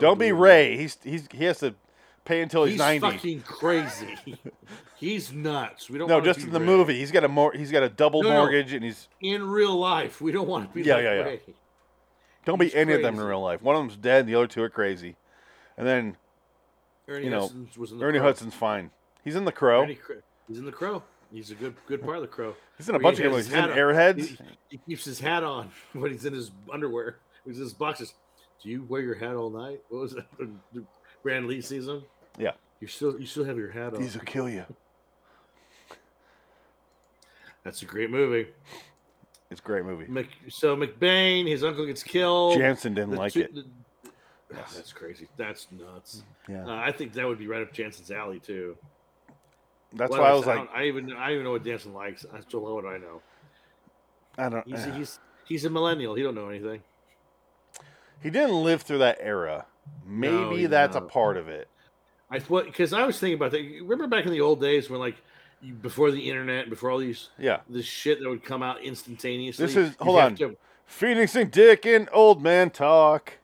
A: [laughs] don't be
B: believe it.
A: Ray. He's he's he has to pay until he's,
B: He's
A: ninety.
B: fucking crazy. [laughs] he's nuts. We don't.
A: no,
B: wanna
A: just
B: be
A: in the
B: Ray.
A: movie, he's got a mor- he's got a double
B: No, no.
A: mortgage, and he's
B: In real life, we don't want to be.
A: Yeah,
B: like
A: yeah, yeah.
B: Ray.
A: don't be
B: He's
A: any of them in
B: crazy.
A: real life. One of them's dead, and the other two are crazy. And then
B: Ernie
A: You know,
B: Hudson was in the
A: Ernie
B: Crow.
A: Hudson's fine. He's in the Crow.
B: Ernie Cr- he's in the Crow. He's a good good part of the Crow.
A: He's in a
B: Where he
A: bunch of
B: has
A: good movies.
B: his
A: He's in
B: hat on.
A: Airheads.
B: He, he keeps his hat on [laughs] when he's in his underwear. When he's in his boxes. Do you wear your hat all night? What was that? Brand Lee sees him.
A: Yeah.
B: You still you still have your hat on.
A: These will kill you.
B: That's a great movie.
A: It's a great movie.
B: Mc, so McBain, his uncle gets killed.
A: Jansen didn't
B: The
A: like
B: two-
A: it.
B: the- Ah, that's crazy. That's nuts.
A: Yeah.
B: Uh, I think that would be right up Jansen's alley too.
A: That's
B: What
A: why I was
B: else?
A: like,
B: don't- I even I even know what Jansen likes. I still know what I know.
A: I don't.
B: He's
A: eh.
B: he's he's a millennial. He don't know anything.
A: He didn't live through that era. Maybe
B: he
A: that's a
B: didn't.
A: part of it.
B: I thought because I was thinking about that. You Remember back in the old days when like you- before the internet, before all these
A: Yeah.
B: this shit that would come out instantaneously.
A: This is-
B: you'd
A: hold
B: have
A: on.
B: to-
A: Phoenix and Dick and Old Man Talk.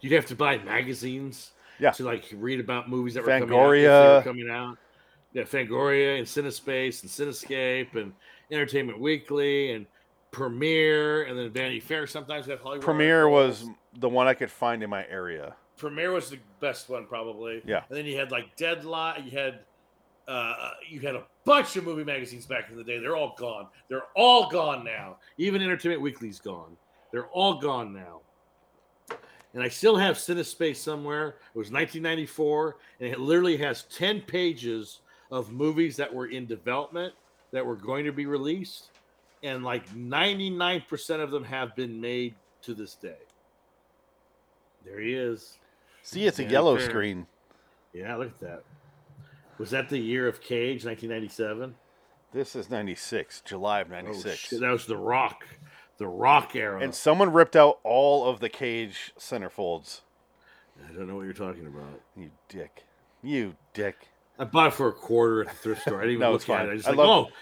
B: you'd have to buy magazines.
A: Yeah.
B: To like read about movies that were coming out, if they
A: Fangoria.
B: were coming out. Yeah, Fangoria and Cinespace and Cinescape and Entertainment Weekly and Premiere and then Vanity Fair. Sometimes have Hollywood.
A: Premiere was
B: articles.
A: the one I could find in my area.
B: Premiere was the best one probably.
A: Yeah.
B: And then you had like Deadline. You had uh, you had a bunch of movie magazines back in the day. They're all gone. They're all gone now. Even Entertainment Weekly's gone. They're all gone now. And I still have Cinespace somewhere. It was 1994, and it literally has 10 pages of movies that were in development that were going to be released, and like 99% of them have been made to this day. There he is.
A: See, it's a
B: Yeah,
A: yellow
B: fair.
A: screen.
B: Yeah, look at that. Was that the year of Cage, 1997?
A: This is 96, July of
B: Oh,
A: 96.
B: shit, that was the Rock, the Rock era.
A: and someone ripped out all of the cage centerfolds.
B: I don't know what you're talking about.
A: You dick. You dick.
B: I bought it for a quarter at the thrift store. I didn't
A: [laughs]
B: even
A: No,
B: look
A: it's
B: at
A: fine.
B: it. I just
A: I
B: like,
A: love-
B: oh,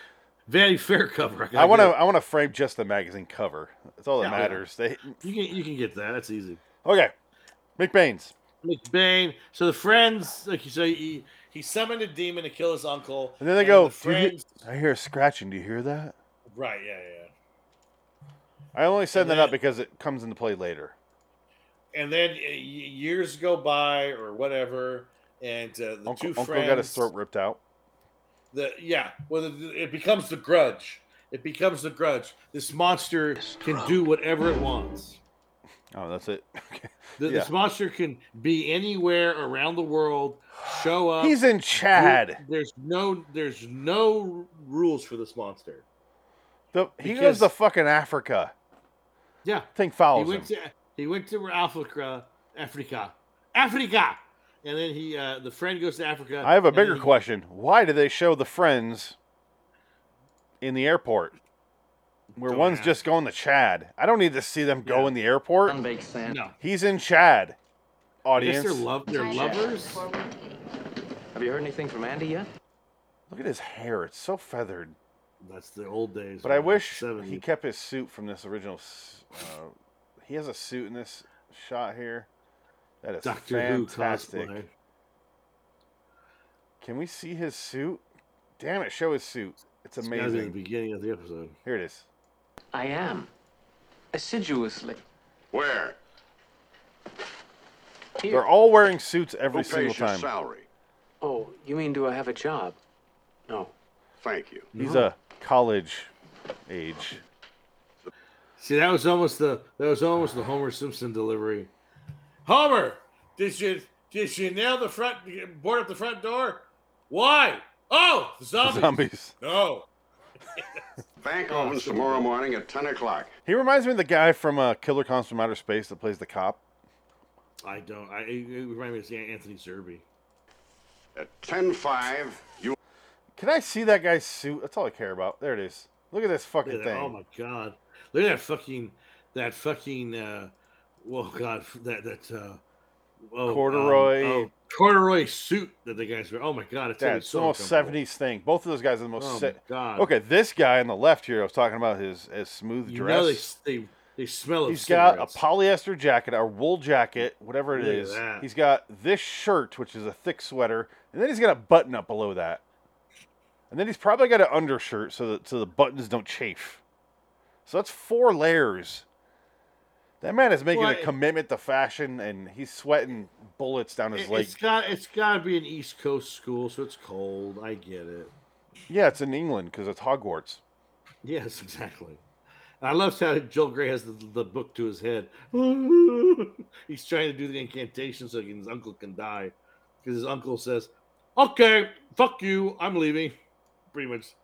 B: Vanity Fair cover. gotta
A: I want to.
B: get it."
A: I want to frame just the magazine cover. That's all that
B: Yeah, yeah.
A: matters. They,
B: You can you can get that. That's easy.
A: okay, McBain's.
B: McBain. So the friends, like you say, he, he summoned a demon to kill his uncle.
A: And then they go.
B: The
A: "Do you hear-
B: friends,
A: I hear a scratching. Do you hear that?
B: right? Yeah, yeah.
A: I only said
B: And
A: that
B: then-
A: up because it comes into play later.
B: and then uh, y- years go by or whatever, and uh, the two
A: Uncle, Uncle
B: friends.
A: got his throat ripped out.
B: The, yeah, well, it, it becomes the grudge. It becomes the grudge. This monster can do whatever it wants.
A: Oh, that's it. [laughs] Okay.
B: Th- This
A: Yeah.
B: monster can be anywhere around the world, show up.
A: He's in Chad.
B: There- There's no, there's no rules for this monster.
A: The, he goes
B: Because-
A: to fucking Africa.
B: Yeah,
A: Thing
B: he
A: follows him.
B: went to he went to Africa, Africa, Africa, and then he uh, the friend goes to Africa.
A: I have a
B: and then
A: bigger
B: he-
A: question. Why do they show the friends in the airport? Where
B: Don't
A: one's
B: ask.
A: just going to Chad. I don't need to see them go
B: Yeah.
A: in the airport.
B: No,
A: He's in Chad.
B: I guess
A: Audience.
B: they're love, they're lovers.
F: Have you heard anything from Andy yet?
A: Look at his hair. It's so feathered.
B: That's the old days.
A: But I
B: man.
A: wish
B: 70.
A: he kept his suit from this original. s- Uh, he has a suit in this shot here. That is
B: Doctor
A: fantastic.
B: Who cosplay.
A: Can we see his suit? Damn it, show his suit. It's
B: It's gotta be
A: amazing.
B: the beginning of the episode.
A: Here it is.
F: I am. Assiduously.
G: Where?
A: They're all wearing suits every
G: Who
A: single
G: pays your
A: time.
G: salary?
F: Oh, you mean do I have a job? No.
G: Thank you.
A: He's a college
B: [laughs]
A: age.
B: See, that was almost the that was almost the Homer Simpson delivery. Homer, did you did you nail the front board up the front door? Why? Oh, the zombies.
A: Zombies.
B: No.
G: Bank opens tomorrow morning at 10 o'clock.
A: He reminds me of the guy from uh, Killer Clowns from Outer Space that plays the cop.
B: I don't. I it it reminds me of Anthony Zerbe.
G: At 10.05, you
A: Can I see that guy's suit? That's all I care about. There it is. Look at this fucking
B: Look at that-
A: thing.
B: Oh my god! Look at that fucking that fucking uh, well, god, that that uh, oh, um,
A: Corduroy.
B: oh, corduroy suit that the guys wear. Oh my god! It's,
A: That's
B: so
A: the most
B: uncomfortable.
A: 70s thing. Both of those guys are the most.
B: Oh
A: se-
B: my god!
A: Okay, this guy on the left here, I was talking about his, his smooth
B: you know they,
A: dress.
B: they they smell of
A: He's got a
B: cigarettes.
A: polyester jacket, a wool jacket, whatever it
B: Look at
A: is.
B: that.
A: He's got this shirt, which is a thick sweater, and then he's got a button up below that. And then he's probably got an undershirt so that so the buttons don't chafe. So that's four layers. That man is making
B: Well,
A: a
B: it-
A: commitment to fashion, and he's sweating bullets down his
B: It-
A: leg.
B: It's got it's got to be an East Coast school, so it's cold. I get it.
A: Yeah, it's in England because it's Hogwarts.
B: Yes, [laughs] exactly. And I love how Joel Gray has the, the book to his head. [laughs] He's trying to do the incantation so his uncle can die, because his uncle says, "Okay, fuck you, I'm leaving." Pretty much.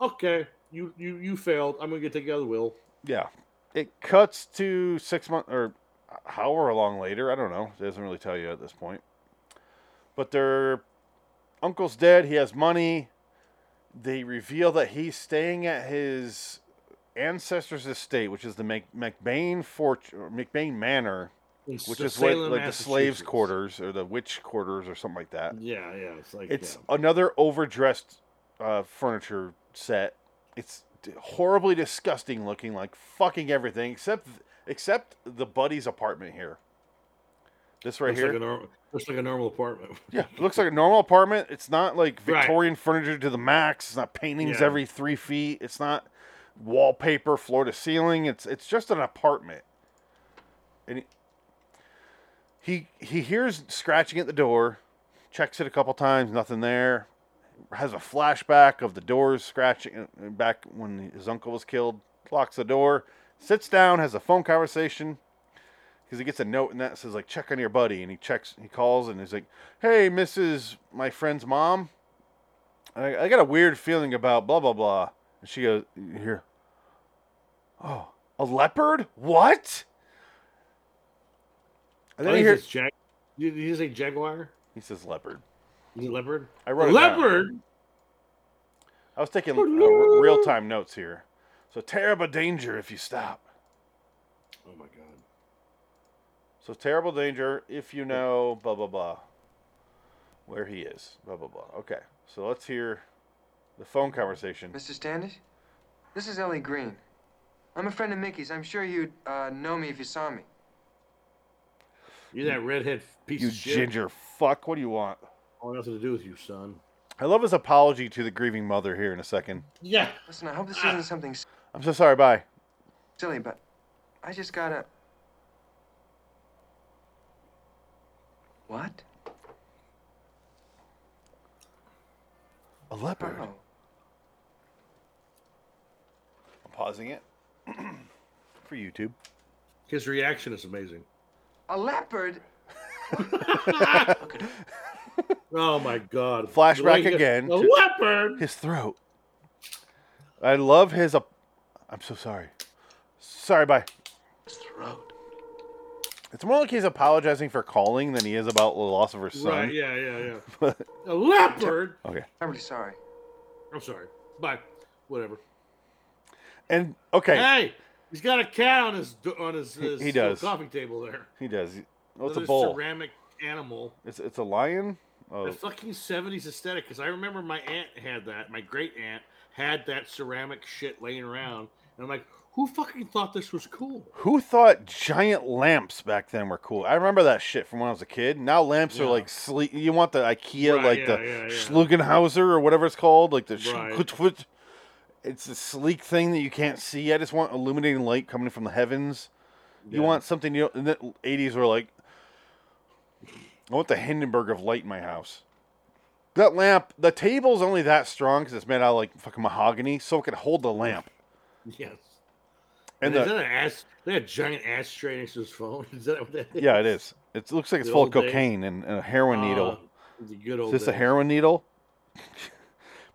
B: Okay, you you you failed. I'm gonna get take the other will.
A: Yeah. It cuts to six months or however long later. I don't know. It doesn't really tell you at this point. But their uncle's dead. He has money. They reveal that he's staying at his ancestor's estate, which is the Mac- McBain fortune, McBain Manor,
B: It's
A: which
B: the
A: is what
B: Salem,
A: like the slaves'
B: Massachusetts.
A: quarters or the witch quarters or something like that.
B: Yeah, yeah. It's like
A: It's
B: yeah.
A: another overdressed uh, furniture set. It's d- horribly disgusting looking, like fucking everything except except the buddy's apartment here. This right
B: looks
A: here,
B: Like a normal, looks like a normal apartment.
A: yeah, it looks like a normal apartment. It's not like
B: Right.
A: Victorian furniture to the max. It's not paintings
B: Yeah.
A: every three feet. It's not wallpaper floor to ceiling. It's it's just an apartment. And he he, he hears scratching at the door, checks it a couple times, nothing there. Has a flashback of the doors scratching uh, back when his uncle was killed. Locks the door, sits down, has a phone conversation because he gets a note and that says like check on your buddy and he checks he calls and he's like hey mrs my friend's mom i, I got a weird feeling about blah blah blah and she goes here oh a leopard what and
B: I
A: then he
B: think
A: hears
B: it's jag- Did did you say jaguar?
A: he says leopard
B: Is it leopard?
A: I wrote it down.
B: leopard.
A: i was taking uh, r- real-time notes here so terrible danger if you stop
B: Oh my god!
A: so terrible danger if you know blah blah blah where he is. Blah blah blah. Okay, so let's hear the phone conversation.
H: Mr. Standish? This is Ellie Green. I'm a friend of Mickey's. I'm sure you'd uh, know me if you saw me.
B: You're that redhead piece
A: You
B: of shit.
A: ginger fuck. What do you want?
B: I want nothing to do with you, son.
A: I love his apology to the grieving mother here in a second.
B: Yeah.
H: Listen, I hope this isn't something s-
A: I'm so sorry. Bye.
H: silly, but I just gotta. What?
A: A leopard.
H: Oh.
A: I'm pausing it [clears throat] for YouTube.
B: His reaction is amazing.
H: A leopard?
B: Oh my god.
A: Flashback
B: The way he-
A: again
B: A
A: to-
B: leopard.
A: His throat. I love his. Ap- I'm so sorry. Sorry. Bye.
F: Throat.
A: It's more like he's apologizing for calling than he is about the loss of her son.
B: Right, yeah, yeah, yeah.
A: [laughs]
B: a leopard.
A: Okay.
H: I'm really sorry.
B: I'm sorry. Bye. Whatever.
A: And okay,
B: Hey, he's got a cat on his do- on his, his uh,
A: he does.
B: coffee table there.
A: he does. He- Oh, it's a
B: Another
A: bull.
B: ceramic animal.
A: It's it's a lion. Oh,
B: The fucking seventies aesthetic, because I remember my aunt had that. My great aunt had that ceramic shit laying around, and I'm like, who fucking thought this was cool?
A: who thought giant lamps back then were cool? I remember that shit from when I was a kid. Now lamps are
B: Yeah.
A: like sleep. You want the IKEA,
B: Right,
A: like
B: yeah,
A: the
B: yeah, yeah.
A: Schlugenhauser or whatever it's called, like the.
B: Right.
A: Schlugenhauser. It's a sleek thing that you can't see. I just want illuminating light coming from the heavens. You want something you know, in the eighties were like I want the Hindenburg of light in my house. That lamp, the table's only that strong because it's made out of like fucking mahogany, so it can hold the lamp.
B: [laughs] Yes.
A: And
B: is
A: the,
B: that an ass? They had a giant ashtray next to his phone. [laughs] Is that what that is?
A: yeah, it is. It looks like it's
B: The
A: full of
B: old days.
A: cocaine and, and a heroin needle.
B: Ah, the
A: Is
B: good old.
A: this a
B: days.
A: heroin needle? [laughs]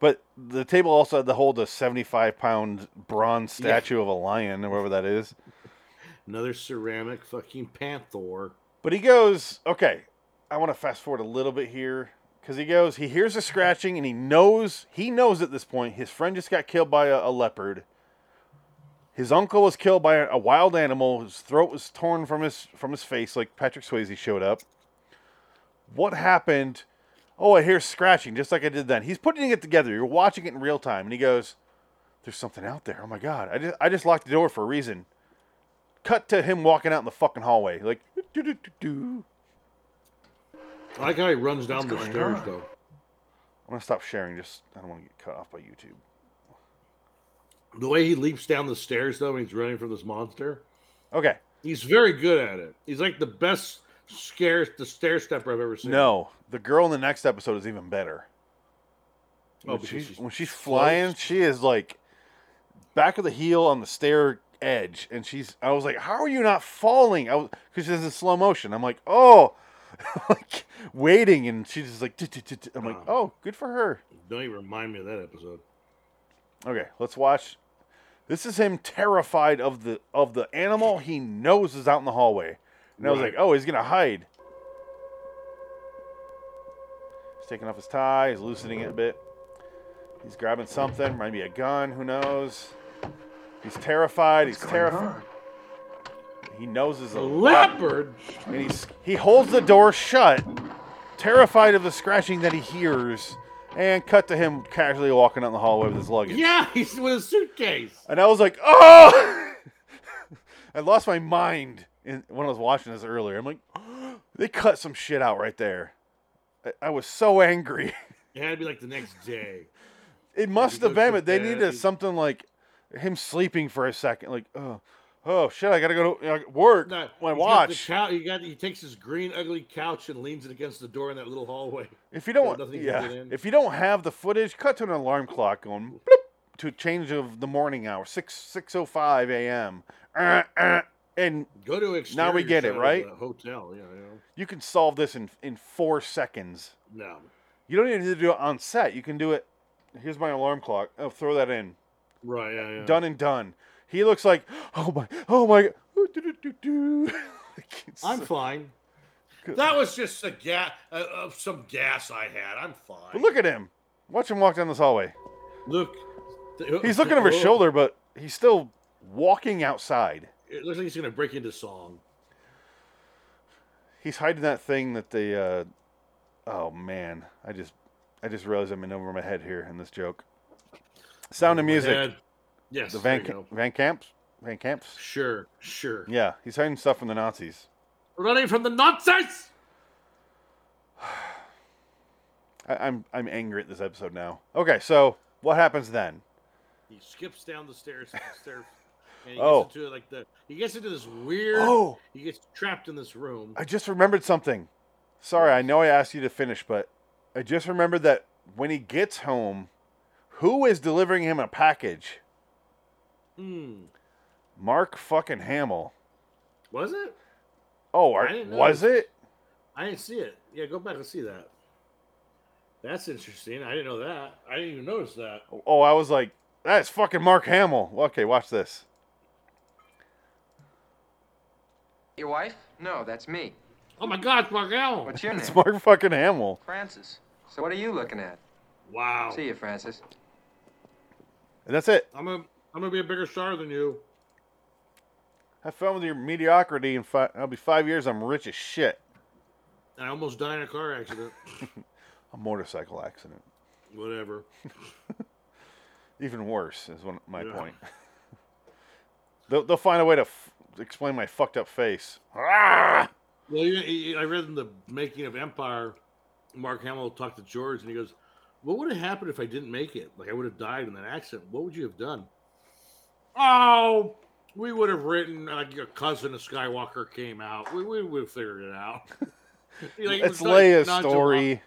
A: but the table also had to hold a seventy-five pound bronze
B: Yeah.
A: statue of a lion or whatever that is.
B: Another ceramic fucking panther.
A: But he goes, okay, I want to fast forward a little bit here because he goes, he hears the scratching and he knows, he knows at this point his friend just got killed by a, a leopard. His uncle was killed by a, a wild animal. His throat was torn from his from his face, like Patrick Swayze showed up. What happened? Oh, I hear scratching, just like I did then. He's putting it together. You're watching it in real time, and he goes, "There's something out there. Oh my god! I just I just locked the door for a reason." Cut to him walking out in the fucking hallway, like. "Do-do-do-do."
B: I like how he runs down the stairs though.
A: I'm gonna stop sharing. Just I don't want to get cut off by YouTube.
B: The way he leaps down the stairs though, when he's running from this monster.
A: Okay.
B: He's very good at it. He's like the best scare the stair stepper I've ever seen.
A: No, the girl in the next episode is even better.
B: Oh,
A: When,
B: because
A: she's,
B: she's
A: when she's
B: floats?
A: flying, she is like back of the heel on the stair edge, and she's. I was like, "How are you not falling?" I was because she's in slow motion. I'm like, "Oh." [laughs] like waiting and she's just like "Tut, tut, tut, tut." I'm
B: Uh.
A: like oh good for her
B: Don't even remind me of that episode.
A: okay let's watch this is him terrified of the of the animal he knows is out in the hallway and I was
B: Right.
A: like oh he's gonna hide He's taking off his tie. He's loosening it a bit. He's grabbing something, maybe a gun. Who knows? He's terrified. he's terrified. He knows his
B: The
A: a
B: leopard.
A: and he's, he holds the door shut, terrified of the scratching that he hears. And cut to him casually walking down the hallway with his luggage.
B: Yeah, [laughs] he's with a suitcase.
A: And I was like, oh! [laughs] I lost my mind in, when I was watching this earlier. I'm like, [gasps] they cut some shit out right there. I, I was so angry. [laughs]
B: It had to be like the next day.
A: It must
B: go
A: have been,
B: to
A: but they
B: bed,
A: needed
B: you-
A: something like him sleeping for a second, like oh, oh shit, I gotta go to like, work.
B: No,
A: my
B: he's got
A: watch.
B: The cow- he got. He takes his green ugly couch and leans it against the door in that little hallway.
A: if you don't,
B: there's nothing you can
A: yeah,
B: get in. Mm.
A: if you don't have the footage, cut to an alarm clock going bloop, to a change of the morning hour, six six o five a.m. Uh, uh, and
B: Go to exterior.
A: we get it,
B: side of
A: right?
B: the Hotel. Yeah. You
A: you can solve this in in four seconds.
B: know. No.
A: You don't even need to do it on set. You can do it. Here's my alarm clock. Oh, throw that in.
B: Right. Yeah. yeah.
A: Done and done. He looks like oh my oh my. ooh, doo, doo, doo, [laughs] doo. Like, it's
B: I'm
A: so-
B: fine. That was just a gas, uh, uh, some gas I had. I'm fine.
A: But look at him. Watch him walk down this hallway.
B: Look, th-
A: He's looking over his
B: oh,
A: shoulder, but he's still walking outside.
B: It looks like he's gonna break into song.
A: He's hiding that thing that the uh, Oh man, I just I just realized I'm in over my head here in this joke. Sound of Music,
B: Ed. Yes.
A: the
B: there
A: Van
B: you go.
A: Van Camps, Van Camps.
B: Sure, sure.
A: Yeah, he's hiding stuff from the Nazis.
B: Running from the Nazis.
A: I, I'm I'm angry at this episode now. Okay, so what happens then?
B: He skips down the stairs,
A: [laughs]
B: the stairs, and he
A: Oh.
B: gets into like the. He gets into this weird.
A: Oh.
B: He gets trapped in this room.
A: I just remembered something. Sorry, I know I asked you to finish, but I just remembered that when he gets home, who is delivering him a package?
B: Hmm.
A: Mark fucking Hamill.
B: Was it?
A: Oh, are,
B: I didn't
A: was it?
B: I didn't see it. Yeah, go back and see that. That's interesting. I didn't know that. I didn't even notice that.
A: Oh, I was like, that's fucking Mark Hamill. Well, Okay, watch this.
H: Your wife? No, that's me.
B: Oh my God, it's Mark
A: [laughs]
B: Allen.
H: What's your name?
A: It's Mark fucking Hamill.
H: Francis. So what are you looking at?
B: Wow.
H: See you, Francis.
A: And that's it.
B: I'm gonna I'm gonna be a bigger star than you.
A: Have fun with your mediocrity, and fi- I'll be five years. I'm rich as shit.
B: And I almost died in a car accident. [laughs]
A: A motorcycle accident.
B: Whatever.
A: Even worse is one, my
B: Yeah.
A: point. [laughs] they'll, they'll find a way to f- explain my fucked up face.
B: Well, you, you- I read in the making of Empire, Mark Hamill talked to George, and he goes, "What would have happened if I didn't make it? Like I would have died in that accident. What would you have done?" Oh, we would have written like your cousin of Skywalker came out. We we would have figured it out. [laughs] He, like,
A: it's
B: was like
A: Leia's
B: nonchalant.
A: story.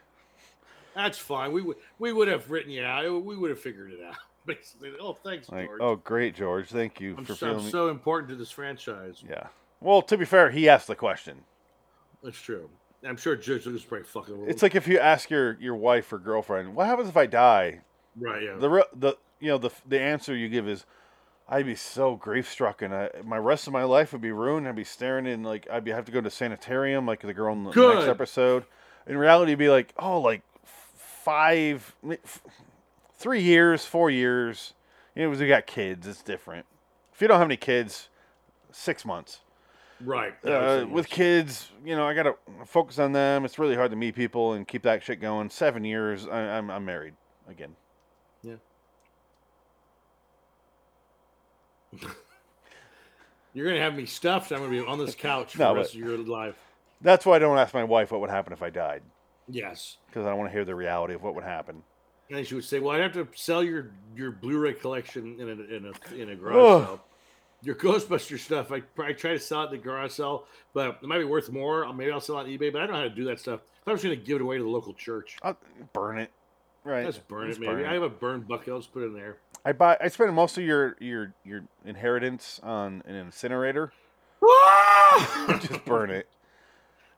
B: That's fine. We would we would have written you out. We would have figured it out. [laughs] Basically, oh thanks,
A: Like,
B: George.
A: oh, great, George. Thank you
B: I'm,
A: for
B: so, I'm
A: feeling. me.
B: so important to this franchise.
A: Yeah. Well, to be fair, he asked the question.
B: That's true. I'm sure George Lucas probably fucking.
A: It's like if you ask your, your wife or girlfriend, "What happens if I die?"
B: right, yeah.
A: The re- the you know the the answer you give is, "I'd be so grief struck, and I, my rest of my life would be ruined. I'd be staring in like I'd be have to go to sanitarium like the girl in the next
B: Good.
A: episode." In reality, it'd be like, "Oh, like f- five, mi- f- three years, four years." You know, 'cause we got kids. It's different. If you don't have any kids, six months
B: right.
A: uh, with kids, you know, I gotta focus on them. It's really hard to meet people and keep that shit going. Seven years, I, I'm I'm married again.
B: [laughs] You're gonna have me stuffed. I'm gonna be
A: [laughs]
B: on this couch for
A: No,
B: the rest
A: but-
B: of your life.
A: That's why I don't ask my wife what would happen if I died
B: Yes.
A: because I don't want to hear the reality of what would happen.
B: And she would say, "Well, I'd have to sell your your Blu-ray collection in a in a in a
A: Ugh.
B: garage sale. Your Ghostbuster stuff, I probably try to sell it at the garage sale, but it might be worth more. Or Maybe I'll sell it on eBay, but I don't know how to do that stuff. I was gonna give it away to the local church.
A: I'll burn it, right?
B: Let's burn
A: Let's
B: it, maybe.
A: burn
B: I have a burn bucket. Let's put it in
A: [laughs]
B: there.
A: I buy. I spend most of your your your inheritance on an incinerator. Just burn
B: [laughs]
A: it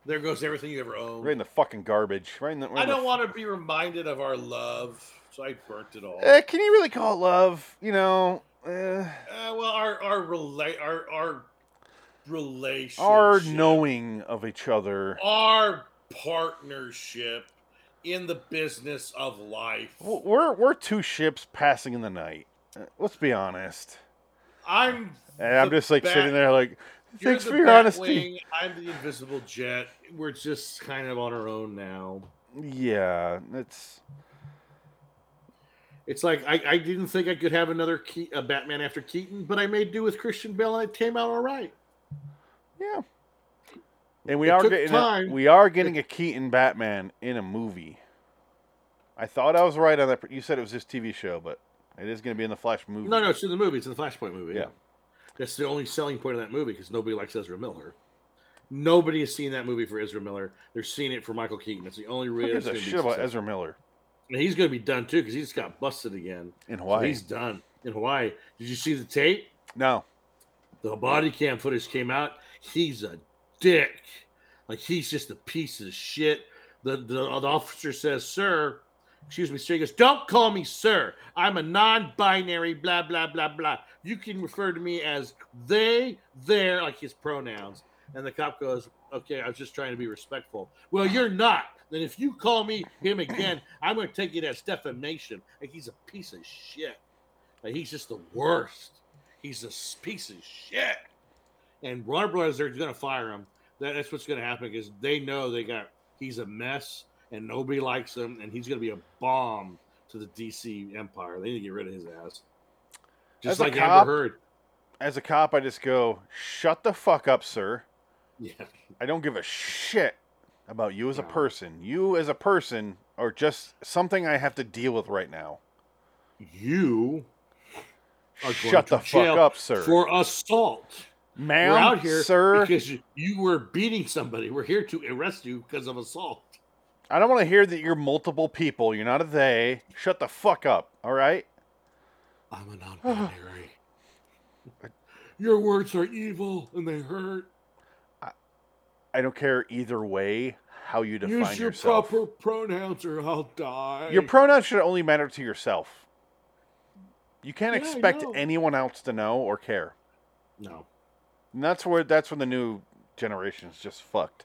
B: There goes everything you ever owned.
A: right in the fucking garbage. Right in the. Right
B: I
A: in the
B: don't want to be reminded of our love, so I burnt it all.
A: Eh, can you really call it love? You know, eh,
B: Uh, well, our our relate our our relationship,
A: our knowing of each other.
B: our partnership in the business of life.
A: W- We're we're two ships passing in the night. Uh, Let's be honest.
B: I'm
A: And I'm
B: the
A: just like
B: bat-
A: sitting there, like,
B: you're
A: thanks
B: the
A: for your
B: bat
A: honesty.
B: wing, I'm the invisible jet. We're just kind of on our own now.
A: Yeah, it's
B: It's like I, I didn't think I could have another Ke- a Batman after Keaton, but I made do with Christian Bale, and it came out all right.
A: yeah. And we
B: It
A: are
B: took
A: getting a,
B: time.
A: we are getting a Keaton Batman in a movie. I thought I was right on that. pr- You said it was this TV show, but it is going to be in the Flash movie.
B: No, no, it's in the movie. It's in the Flashpoint movie.
A: Yeah.
B: That's the only selling point of that movie because nobody likes Ezra Miller. Nobody has seen that movie for Ezra Miller. They're seeing it for Michael Keaton. That's the only
A: Who
B: reason.
A: gives
B: it's
A: a
B: gonna be
A: shit about
B: successful.
A: Ezra Miller
B: And he's going to be done too because he just got busted again.
A: in
B: So
A: Hawaii?
B: he's done in Hawaii. Did you see the tape?
A: no,
B: The body cam footage came out. He's a dick. Like he's just a piece of shit. The the, the officer says, "Sir." Excuse me, sir. He goes, Don't call me sir. I'm a non binary, blah, blah, blah, blah. You can refer to me as they, their, like his pronouns. And the cop goes, Okay, I was just trying to be respectful. Well, you're not. Then if you call me him
A: [clears throat]
B: again, I'm going to take it as defamation. Like he's a piece of shit. Like he's just the worst. He's a s- piece of shit. And Warner Brothers, they're going to fire him. That, that's what's going to happen because they know they got, he's a mess. and nobody likes him, and he's going to be a bomb to the DC Empire. They need to get rid of his ass. Just
A: As a
B: like
A: cop-
B: Amber Heard.
A: As a cop, I just go, shut the fuck up, sir.
B: Yeah.
A: I don't give a shit about you as a person. You as a person are just something I have to deal with right now.
B: You are going
A: Shut
B: to
A: the fuck
B: jail
A: up, sir.
B: For assault.
A: Ma'am,
B: we're out here
A: sir.
B: because you, you were beating somebody. We're here to arrest you because of assault.
A: I don't want to hear that you're multiple people. You're not a they. Shut the fuck up. All right.
B: I'm a
A: [sighs]
B: non-binary. Your words are evil and they hurt.
A: I don't care either way how you define
B: Use your
A: yourself.
B: proper pronouns or I'll die.
A: Your pronouns should only matter to yourself. You can't
B: Yeah, I
A: expect
B: know.
A: anyone else to know or care.
B: no.
A: And that's where that's when the new generation is just fucked.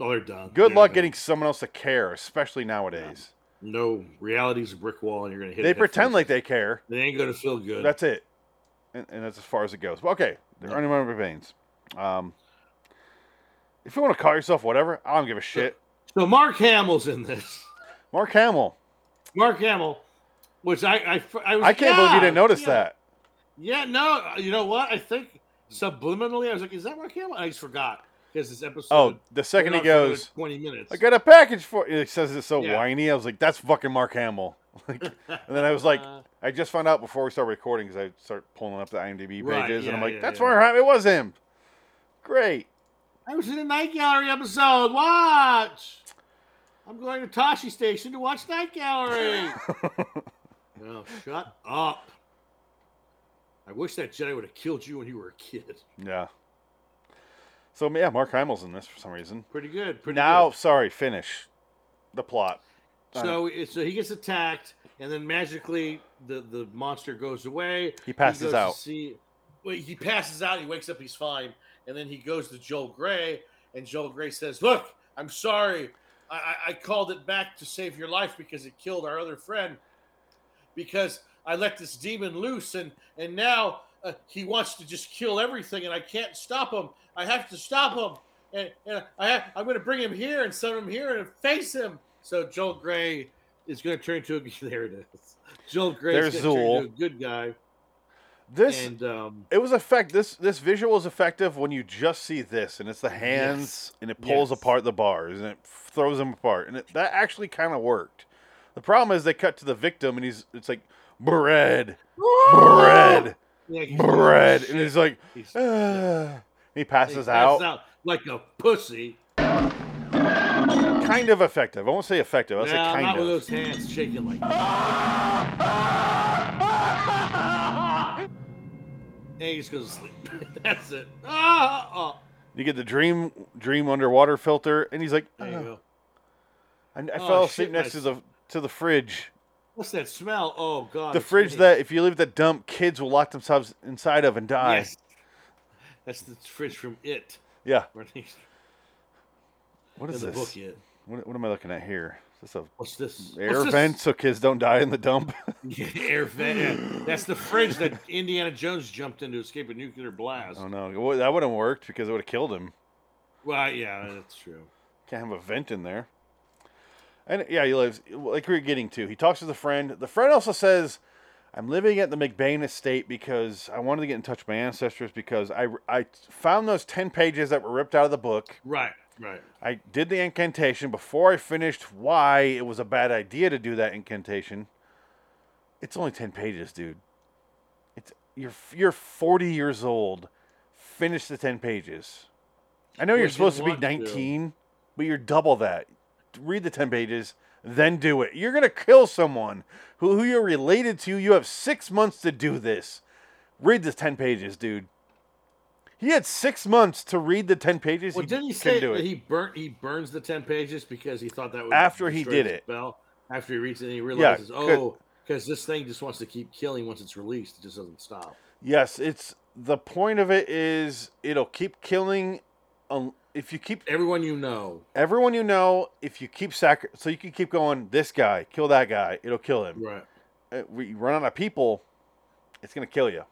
B: Oh, they're done.
A: Good
B: They're
A: luck
B: done.
A: getting someone else to care, especially nowadays.
B: no reality's a brick wall and you're gonna hit
A: They
B: it head
A: pretend
B: first.
A: like they care.
B: they ain't gonna feel good.
A: That's it. And, and that's as far as it goes. But okay, there are no more veins. Um, if you want to call yourself whatever, I don't give a shit.
B: so Mark Hamill's in this.
A: Mark Hamill.
B: Mark Hamill, which I I, I, was,
A: I can't believe you
B: "Yeah,
A: didn't notice
B: yeah."
A: that.
B: Yeah, no, you know what? I think subliminally I was like, is that Mark Hamill? I just forgot because this episode.
A: Oh, the second he
B: went on for
A: goes,
B: twenty minutes.
A: I got a package for it says it's so
B: Yeah.
A: whiny. I was like, that's fucking Mark Hamill. [laughs] Like, and then I was like,
B: Uh.
A: I just found out before we started recording because I start pulling up the IMDb pages
B: Right,
A: and I'm
B: yeah,
A: like,
B: yeah,
A: that's
B: yeah.
A: Mark Hamill. It was him. Great.
B: I was in a night gallery episode. Watch. I'm going to Tashi Station to watch
A: [laughs]
B: Night Gallery. no, shut up. I wish that Jedi would have killed you when you were a kid.
A: Yeah. So yeah, Mark Hamill's in this for some reason.
B: Pretty good. Pretty
A: Now,
B: good.
A: sorry, finish the plot.
B: So it- so he gets attacked, and then magically the the monster goes away.
A: He passes
B: goes to
A: out.
B: See, wait, he passes out. He wakes up. He's fine, and then he goes to Joel Gray, and Joel Gray says, "Look, I'm sorry. I, I, I called it back to save your life because it killed our other friend. Because I let this demon loose, and and now uh, he wants to just kill everything, and I can't stop him. I have to stop him." and, and I, I'm going to bring him here and send him here and face him. So Joel Gray is going to turn into a [laughs] there it is. Joel Gray is
A: There's
B: going to turn
A: Zool.
B: into a good guy,
A: This
B: and um,
A: it was effect. This this visual is effective when you just see this, and it's the hands, and it pulls
B: Yes.
A: apart the bars, and it throws them apart, and it, that actually kind of worked. The problem is they cut to the victim, and he's it's like bread, bread,
B: yeah, [laughs] he's doing
A: bread,
B: shit.
A: and he's like,
B: He's-
A: "Ah." And he
B: He
A: passes out.
B: passes out like a pussy.
A: Kind of effective. I won't say effective. I'll
B: Nah,
A: say
B: not
A: kind of.
B: with those hands shaking like.
A: [laughs]
B: That. And he just goes to sleep. [laughs] That's it. Ah, oh.
A: You get the dream dream underwater filter, and he's like,
B: There you
A: "Ah."
B: go.
A: I, I
B: Oh,
A: fell
B: shit,
A: asleep next to
B: my-
A: the to the fridge.
B: What's that smell? Oh god.
A: The
B: it's
A: fridge
B: me.
A: that if you leave it at the dump, kids will lock themselves inside of and die.
B: Yes. That's the fridge from It.
A: Yeah.
B: Or at least
A: What
B: in
A: is
B: the book
A: this?
B: It.
A: What, what am I looking at here? Is this
B: What's this?
A: a air
B: What's this? [laughs]
A: vent so kids don't die in the dump? [laughs]
B: air vent. That's the fridge that Indiana Jones jumped into to escape a nuclear blast.
A: oh no, Well, that wouldn't worked because it would have killed him.
B: Well, yeah, that's true.
A: Can't have a vent in there. And yeah, he lives like we were getting to. He talks to the friend. The friend also says, "I'm living at the McBain estate because I wanted to get in touch with my ancestors because I I found those ten pages that were ripped out of the book.
B: Right, right.
A: I did the incantation before I finished why it was a bad idea to do that incantation. It's only 10 pages, dude. It's you're you're 40 years old. Finish the 10 pages. I know
B: Well,
A: you're
B: you
A: supposed to be
B: want to.
A: 19, but you're double that. Read the 10 pages, then do it. You're going to kill someone who, who you're related to. You have 6 months to do this. Read the 10 pages, dude. He had 6 months to read the 10 pages.
B: Well,
A: he
B: didn't he
A: couldn't
B: say
A: do it.
B: that he burnt? He burns the ten pages because he thought that would
A: After he
B: destroy
A: did
B: his
A: it.
B: Spell after he reads it, and he realizes, oh, because this thing just wants to keep killing once it's released. It just doesn't stop.
A: Yes, it's the point of it is it'll keep killing um, if you keep
B: Everyone you know,
A: everyone you know, if you keep sacri- so you can keep going this guy, kill that guy, it'll kill him.
B: right,
A: Uh, We run out of people, it's going to kill you.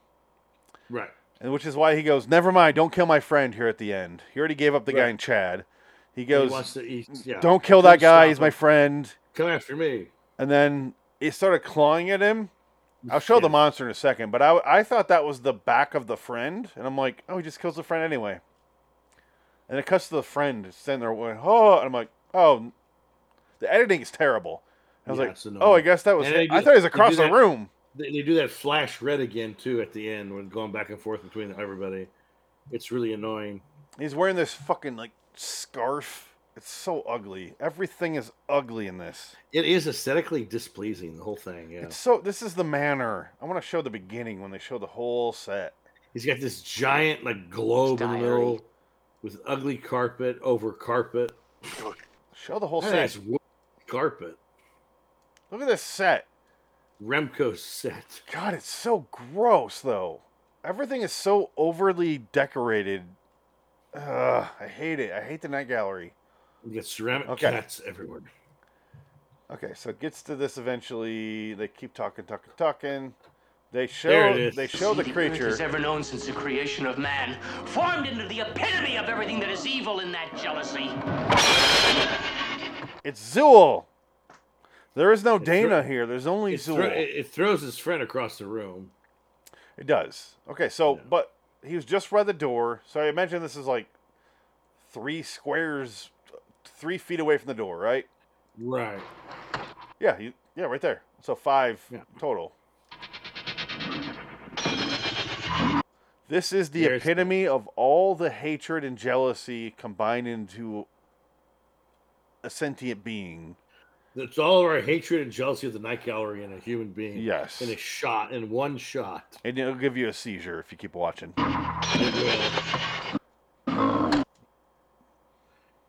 B: right.
A: And which is why he goes, "Never mind, don't kill my friend here at the end. He already gave up the guy
B: Right.
A: in Chad. He
B: He
A: goes,
B: wants to eat. Yeah.
A: "Don't kill that guy.
B: stop
A: He's my
B: him.
A: friend."
B: Come after me.
A: And then he started clawing at him. I'll show the monster in a second, but I, I thought that was the back of the friend, and I'm like, "Oh, he just kills the friend anyway." And it cuts to the friend standing there going, "Oh," and I'm like, "Oh, the editing is terrible." I was
B: Yeah,
A: like,
B: it's annoying.
A: "Oh, I guess that was."
B: And they
A: him.
B: do
A: I
B: that-
A: thought he was
B: they do
A: across the
B: that-
A: room.
B: They, they do that flash red again too at the end when going back and forth between everybody. It's really annoying.
A: He's wearing this fucking like scarf. It's so ugly. Everything is ugly in this.
B: It is aesthetically displeasing. The whole thing. Yeah.
A: It's so. This is the manor. I want to show the beginning when they show the whole set.
B: He's got this giant like globe in the
F: Diary.
B: middle with ugly carpet over carpet.
A: Show the whole
B: That
A: set.
B: is wood carpet.
A: Look at this set.
B: Remco set.
A: God, it's so gross though. Everything is so overly decorated. Ugh, I hate it. I hate the night gallery.
B: You got ceramic
A: Okay.
B: cats everywhere.
A: Okay, so it gets to this eventually. They keep talking, talking, talking. They
B: There it
A: show
B: is.
A: they show the creature.
I: Earth is ever known since the creation of man, formed into the epitome of everything that is evil in that jealousy.
A: It's Zool. There is no
B: right.
A: Dana here. There's only
B: It, thro-
A: Zool.
B: it, it throws his friend across the room.
A: It does. Okay, so
B: Yeah.
A: but he was just by the door. So I imagine this is like three squares, three feet away from the door, right?
B: Right.
A: Yeah, you, yeah, right there. So five
B: Yeah.
A: total. This is the
B: There's the-
A: epitome of all the hatred and jealousy combined into a sentient being.
B: That's all of our hatred and jealousy of the night gallery and a human being.
A: Yes.
B: In a shot, in one
A: [sighs]
B: shot.
A: And it'll give you a seizure if you keep watching.
B: It will.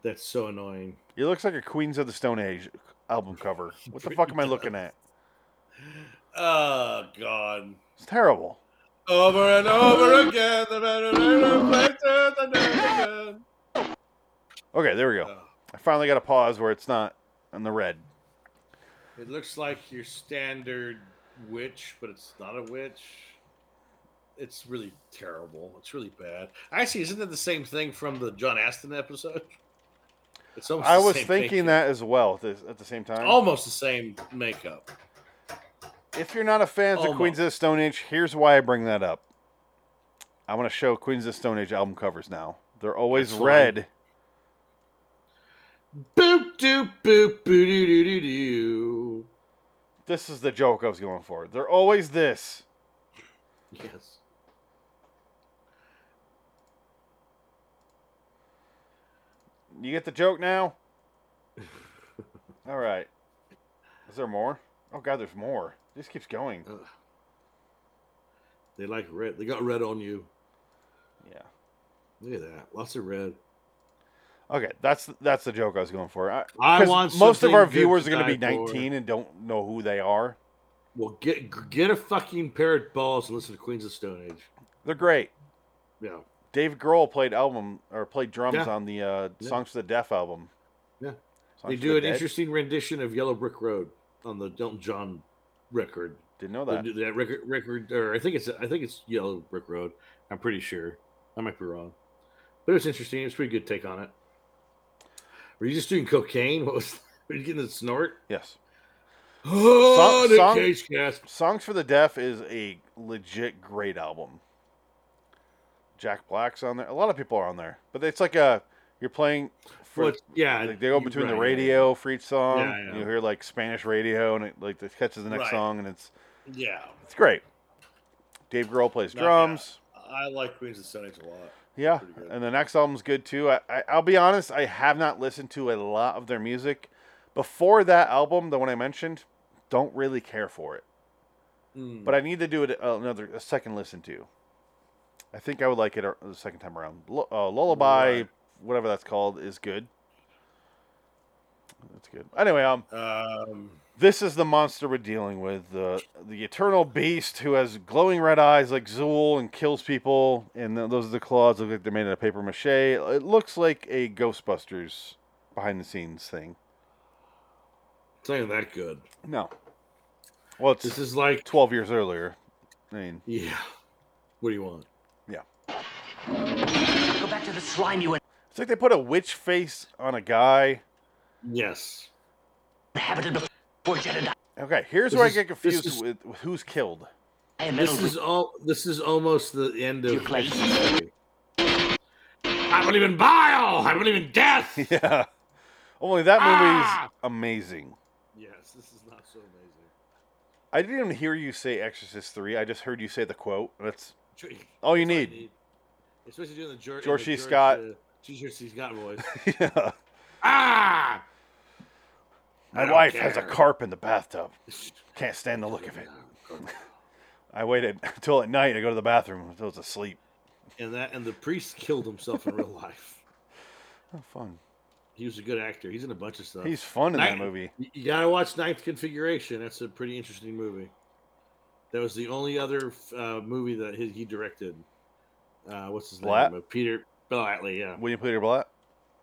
B: That's so annoying.
A: It looks like a Queens of the Stone Age album cover. What the fuck am I looking at?
B: Oh God.
A: It's terrible.
B: Over and over again, the better the better the better again.
A: Okay, there we go.
B: Oh.
A: I finally got a pause where it's not on the red.
B: It looks like your standard witch, but it's not a witch. It's really terrible. It's really bad. Actually, isn't it the same thing from the John Aston episode? It's almost
A: I
B: the
A: was
B: same
A: thinking
B: thing. Oh,
A: that as well at the, at the same time.
B: almost the same makeup.
A: If you're not a fan of
B: Almost.
A: Queens of the Stone Age, here's why I bring that up. I want to show Queens of the Stone Age album covers now. They're always
B: That's fine.
A: red.
B: Boop doop boop boo doo doo doo doo.
A: This is the joke I was going for. They're always this.
B: Yes.
A: You get the joke now?
B: [laughs]
A: All right. Is there more? Oh, God, there's more. This keeps going.
B: Ugh. They like red. They got red on you.
A: Yeah.
B: Look at that. Lots of red.
A: Okay, that's that's the joke I was going for. I,
B: I
A: 'cause
B: want
A: most of
B: something
A: our
B: good
A: viewers
B: to
A: are going to be
B: die for.
A: 19 and don't know who they are.
B: Well, get get a fucking pair of balls and listen to Queens of Stone Age.
A: They're great.
B: Yeah.
A: Dave Grohl played album or played drums
B: Yeah.
A: on the uh,
B: Yeah.
A: Songs for the Deaf album.
B: Yeah.
A: Songs
B: They
A: for
B: do
A: the
B: an
A: Dead?
B: interesting rendition of Yellow Brick Road on the Elton John record.
A: Didn't know
B: They
A: that.
B: do That record, record, or I think it's I think it's Yellow Brick Road. I'm pretty sure. I might be wrong, but it's interesting. It's a pretty good take on it. Were you just doing cocaine? [laughs] What was? Were you getting the snort?
A: Yes.
B: Oh, Nick
A: [gasps] song-
B: Cage gasp.
A: Songs for the Deaf is a legit great album. Jack Black's on there. A lot of people are on there, but it's like a you're playing. For,
B: Well, it's- yeah,
A: like they go
B: you're
A: between the
B: right,
A: radio for each song.
B: Yeah, I
A: and
B: know.
A: You hear like Spanish radio, and it like it catches the next
B: Right.
A: song, and it's
B: Yeah,
A: it's great. Dave Grohl plays
B: No, yeah.
A: drums.
B: I like Queens of Stone Age a lot.
A: Yeah,
B: Pretty good.
A: and the next album's good too. I, I I'll be honest, I have not listened to a lot of their music before that album, the one I mentioned. Don't really care for it,
B: Mm.
A: but I need to do it uh, another a second listen to. I think I would like it uh, the second time around. Lu- uh, Lullaby,
B: Right.
A: whatever that's called, is good. That's good. Anyway, um,
B: Um,
A: this is the monster we're dealing with the the eternal beast who has glowing red eyes like Zool and kills people. And th- those are the claws. Look like they're made out of paper mache. It looks like a Ghostbusters behind the scenes thing.
B: it's not even that good.
A: No. Well,
B: This
A: it's
B: is like
A: 12 years earlier. I mean,
B: Yeah. What do you want?
I: Go back to the slime you went.
A: It's like they put a witch face on a guy.
B: Yes.
I: Inhabited before Jedediah
A: Okay, here's
B: This
A: where
B: is-
A: I get
B: this
A: confused
B: is-
A: with, with who's
B: [laughs]
A: killed.
I: and
B: This
I: middle
B: is all. This is almost the end
I: You
B: of.
I: play.
B: I believe in bile. I believe
A: [laughs]
B: in death.
A: Yeah. Only that movie's
B: Ah!
A: amazing.
B: yes, this is not so amazing.
A: I didn't even hear you say Exorcist 3. I just heard you say the quote. That's all you need.
B: Especially doing the George,
A: George
B: the
A: C. Scott.
B: uh, George C. Scott voice.
A: yeah.
B: [laughs] ah!
A: My
B: don't
A: wife has a
B: care.
A: carp in the bathtub. Can't stand the look of it. I waited [laughs] until at night. I go to the bathroom until it's asleep.
B: And that and the priest killed himself in real [laughs] life.
A: Oh, fun.
B: He was a good actor. He's in a bunch of stuff.
A: He's fun in that
B: Night-
A: movie.
B: Y- You gotta watch Ninth Configuration. That's a pretty interesting movie. That was the only other uh, movie that he, he directed. Uh, what's his
A: Blatt?
B: name? Uh, Peter Blatley. Yeah,
A: William Peter Blatt.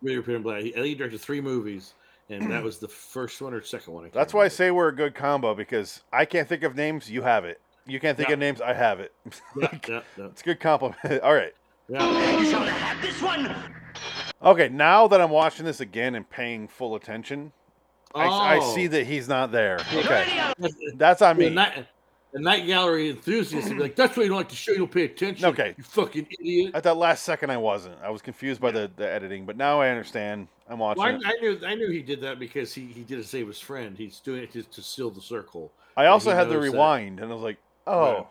B: Peter, Peter Blatt. He, I think he directed three movies, and that was the first one or second one. can't
A: That's why I
B: remember.
A: say we're a good combo because I can't think of names. You have it. You can't think
B: Yeah.
A: of names. I have it. [laughs] it's
B: Yeah, yeah,
A: a good compliment. [laughs] All right.
B: yeah.
I: You shall not have this one.
A: Okay. Now that I'm watching this again and paying full attention, [laughs] I, I
B: Oh.
A: see that he's not there. Okay.
I: Nobody
B: that.
A: That's on
B: The
A: me.
B: night, the night gallery enthusiast would be like, "That's why you don't like the show. You don't pay attention.
A: Okay.
B: you fucking idiot."
A: At that last second, I wasn't. I was confused by the, the editing, but now I understand. I'm watching.
B: Well, I,
A: it.
B: I knew I knew he did that because he, he did it to save his friend. He's doing it to, to seal the circle.
A: I
B: Yeah,
A: also
B: he
A: had to
B: knows that.
A: rewind, and I was like, "Oh,
B: Yeah.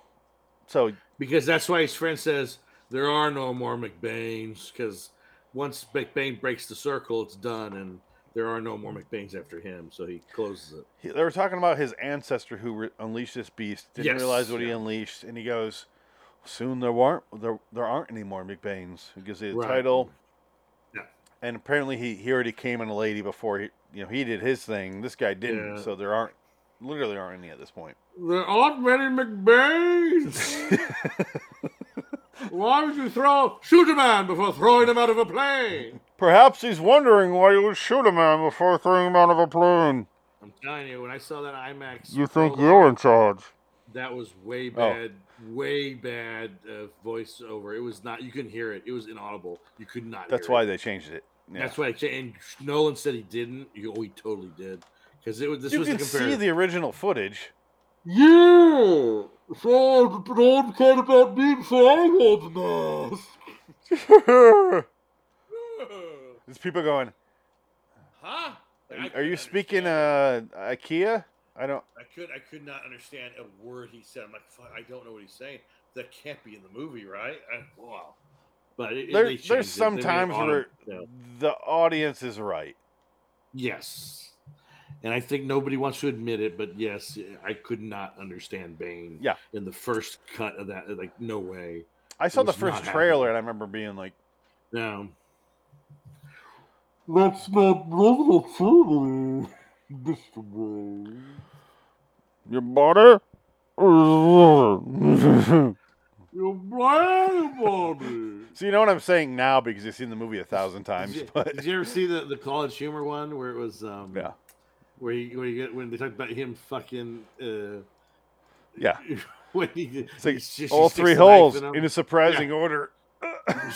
A: so
B: Because that's why his friend says there are no more McBains. Because once McBain breaks the circle, it's done, and there are no more McBains after him. So he closes it.
A: he, they were talking about his ancestor who re- unleashed this beast. Didn't
B: Yes,
A: realize what he
B: yeah.
A: unleashed, and he goes, "Soon there weren't there, there aren't any more McBains." He gives you the
B: Right.
A: title,
B: Yeah.
A: and apparently he, he already came in a lady before he you know he did his thing. This guy didn't,
B: Yeah.
A: so there aren't literally aren't any at this point.
B: There aren't many
A: [laughs]
B: McBains. why would you throw shoot a man before throwing him out of a plane?
A: Perhaps he's wondering why you would shoot a man before throwing him out of a plane.
B: I'm telling you, when I saw that IMAX,
A: You think
B: prologue,
A: you're in Oh. charge?
B: That was way bad, way bad uh, voiceover. It was not. You couldn't hear it. It was inaudible. You could not.
A: That's
B: hear
A: why
B: It.
A: they changed it. Yeah.
B: That's why. I cha- And Nolan said he didn't. You, oh, he totally did. Because it was. This
A: you
B: was
A: can
B: the
A: see
B: comparison.
A: the original footage.
B: yeah. So Nolan cared about me, so I wore the mask.
A: There's people going,
B: [laughs] Huh? I
A: Are you
B: couldn't
A: speaking
B: understand.
A: uh IKEA? I don't
B: I could. I could not understand a word he said. I'm like, Fuck, I don't know what he's saying. That can't be in the movie, right? I, wow. But it, it-
A: There-
B: they
A: there's
B: changed it.
A: some
B: They made it
A: times
B: auto-
A: where-
B: yeah.
A: the audience is right.
B: Yes. And I think nobody wants to admit it, but yes, I could not understand Bane.
A: Yeah.
B: In the first cut of that, like no way.
A: I saw
B: It
A: the
B: was
A: first
B: not
A: trailer and I remember being like
B: No.
J: That's not normal family, Mr. Brown.
A: Your butter? [laughs] so
J: You're blind, Bobby.
A: you know what I'm saying now because you've seen the movie a thousand times.
B: Did you,
A: But
B: did you ever see the, the college humor one where it was um
A: yeah.
B: where he, where he get when they talked about him fucking uh [laughs]
A: Yeah.
B: when he
A: It's like
B: he sh- she
A: all
B: sticks
A: three
B: the knife
A: holes
B: in him.
A: in a surprising order.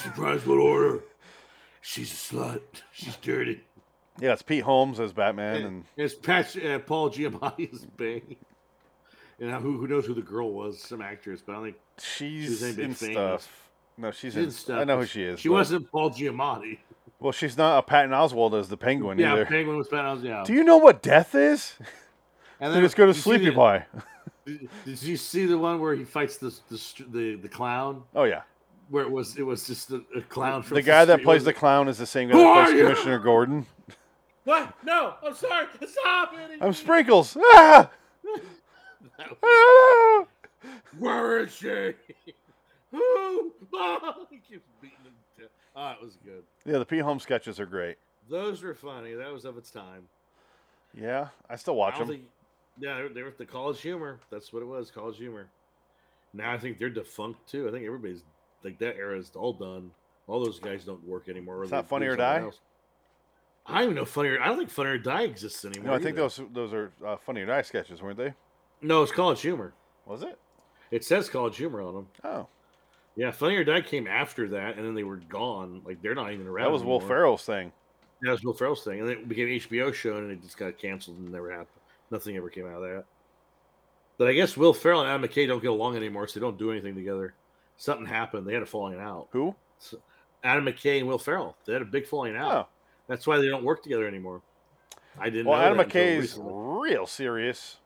B: surprise what order? She's a slut. She's dirty.
A: Yeah, it's Pete Holmes as Batman
B: And,
A: and
B: it's Pat, uh, Paul Giamatti [laughs] as Bane. And I- who, who knows who the girl was? Some actress, but I think
A: she's
B: ain't been
A: in
B: famous.
A: stuff. No, she's,
B: she didn't
A: in
B: stop.
A: I know who she is.
B: She
A: but-
B: wasn't Paul Giamatti.
A: Well, she's not a Patton Oswald as the Penguin
B: Yeah,
A: either.
B: Penguin was Pat Oswalt. Yeah.
A: Do you know what death
B: [laughs]
A: is?
B: and
A: Then just go to
B: did you see
A: sleepy
B: the-
A: boy.
B: Did, did you see the one where he fights the the str- the, the clown?
A: Oh
B: [laughs]
A: yeah,
B: Where it was it was just a, a clown from
A: the guy that
B: street.
A: plays the
B: What
A: clown is the same guy
B: Who
A: that
B: are
A: plays
B: you?
A: Commissioner Gordon.
B: was it? What? No, I'm sorry. Stop it.
A: [laughs] I'm Sprinkles. Ah! Ah!
B: Where is she? [laughs] Who? [laughs] Mom! He keeps beating him. to death. Oh, it was good.
A: Yeah, the P Home sketches are great.
B: Those were funny. That was of its time.
A: Yeah, I still
B: I
A: watch
B: don't
A: them.
B: think- yeah, they were, they were the college humor. That's what it was, college humor. Now I think they're defunct too. I think everybody's like that era is all done. All those guys don't work anymore.
A: It's
B: They
A: not
B: do
A: Funny or
B: something
A: Die?
B: else. I don't even know funnier. I don't think funny or die exists anymore.
A: No, I think
B: either.
A: those those are uh, funny or die sketches, weren't they?
B: No, it's college humor.
A: Was it?
B: It says college humor on them.
A: Oh,
B: Yeah, Funny or Die came after that, and then they were gone. Like they're not even around.
A: That was Will
B: anymore.
A: Ferrell's thing.
B: That was Will Ferrell's thing, and then it became HBO show, and it just got canceled and never happened. Nothing ever came out of that. But I guess Will Ferrell and Adam McKay don't get along anymore, so they don't do anything together. Something happened. They had a falling out.
A: Who?
B: So Adam McKay and Will Ferrell. They had a big falling out. That's why they don't work together anymore. I didn't.
A: Oh. Well,
B: know
A: Adam
B: that until
A: McKay's
B: recently.
A: real serious.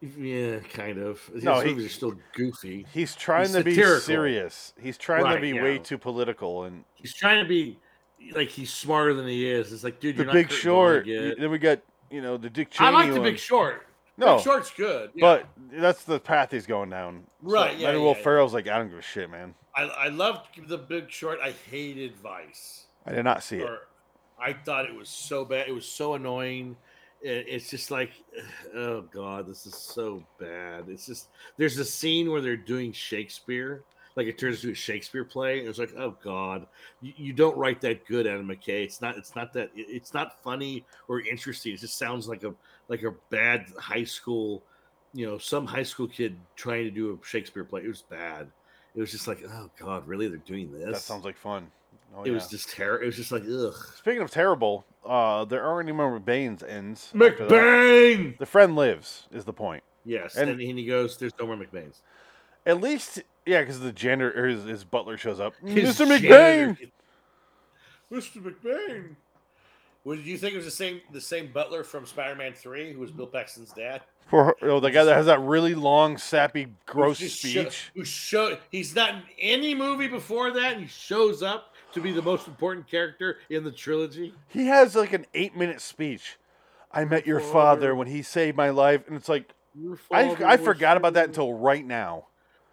B: Yeah, kind of. His
A: No, he-
B: movies are still goofy.
A: He's trying to be
B: satirical.
A: serious. He's trying to
B: Right,
A: be
B: yeah.
A: way too political and
B: He's trying to be like he's smarter than he is. It's like, dude,
A: the
B: you're
A: Big
B: not Kurt
A: Short.
B: Vonnegut.
A: y- Then we got you know the Dick Cheney.
B: I like the
A: one.
B: Big Short.
A: No,
B: Big Short's good. yeah.
A: but that's the path he's going down.
B: Right, yeah,
A: then Will
B: yeah.
A: Ferrell's like, I don't give a shit, man.
B: I, I loved the Big Short. I hated Vice.
A: I did not see it.
B: Or- I thought it was so bad. It was so annoying. It- It's just like, [sighs] oh god, this is so bad. It's just there's a scene where they're doing Shakespeare, like it turns into a Shakespeare play, and it's like, oh god, you, you don't write that good, Adam McKay. It's not. It's not that. it- It's not funny or interesting. It just sounds like a like a bad high school, you know, some high school kid trying to do a Shakespeare play. It was bad. It was just like, oh god, really? They're doing this?
A: That sounds like fun. Oh,
B: it was
A: yeah.
B: just terrible. It was just like, ugh.
A: Speaking of terrible, uh, there aren't any more Baines ends. after that.
B: McBain.
A: The friend lives is the point.
B: Yes,
A: And-
B: and, and he goes, "There's no more McBains."
A: At least, yeah, because the janitor or his, his butler shows up.
B: His
A: Mr. McBain.
B: janitor- Mr. McBain. Would you think it was the same the same butler from Spider-Man Three, who was Bill Paxton's dad?
A: For oh, the guy that has that really long, sappy, gross
B: Who just
A: speech.
B: sho- who show, he's not in any movie before that. And he shows up to be the most important character in the trilogy.
A: He has like an eight-minute speech. I met your father when he saved my life, and it's like
B: Your
A: I,
B: father
A: I
B: was
A: forgot about that
B: your-
A: until right now.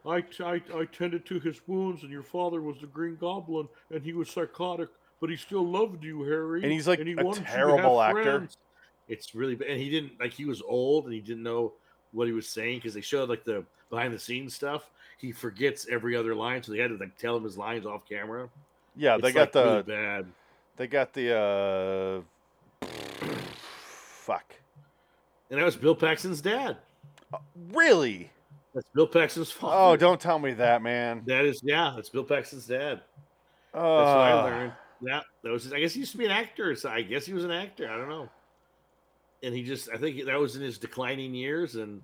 B: I, t- I, I tended to his wounds, and your father was the Green Goblin, and he was psychotic, but he still loved you, Harry.
A: And he's, like, a
B: wanted you to have
A: terrible actor.
B: friends." It's really bad. And he didn't, like, he was old and he didn't know what he was saying because they showed, like, the behind the scenes stuff. He forgets every other line, so they had to, like, tell him his lines off camera.
A: Yeah, they
B: It's,
A: got
B: like, really
A: the
B: bad.
A: they got the uh, fuck.
B: And that was Bill Paxton's dad.
A: Really?
B: That's Bill Paxton's father.
A: Oh, don't tell me that, man.
B: That is, yeah, that's Bill Paxton's dad.
A: Oh,
B: That's what I learned. Yeah, that was. His, I guess he used to be an actor. So I guess he was an actor. I don't know. And he just, I think that was in his declining years, and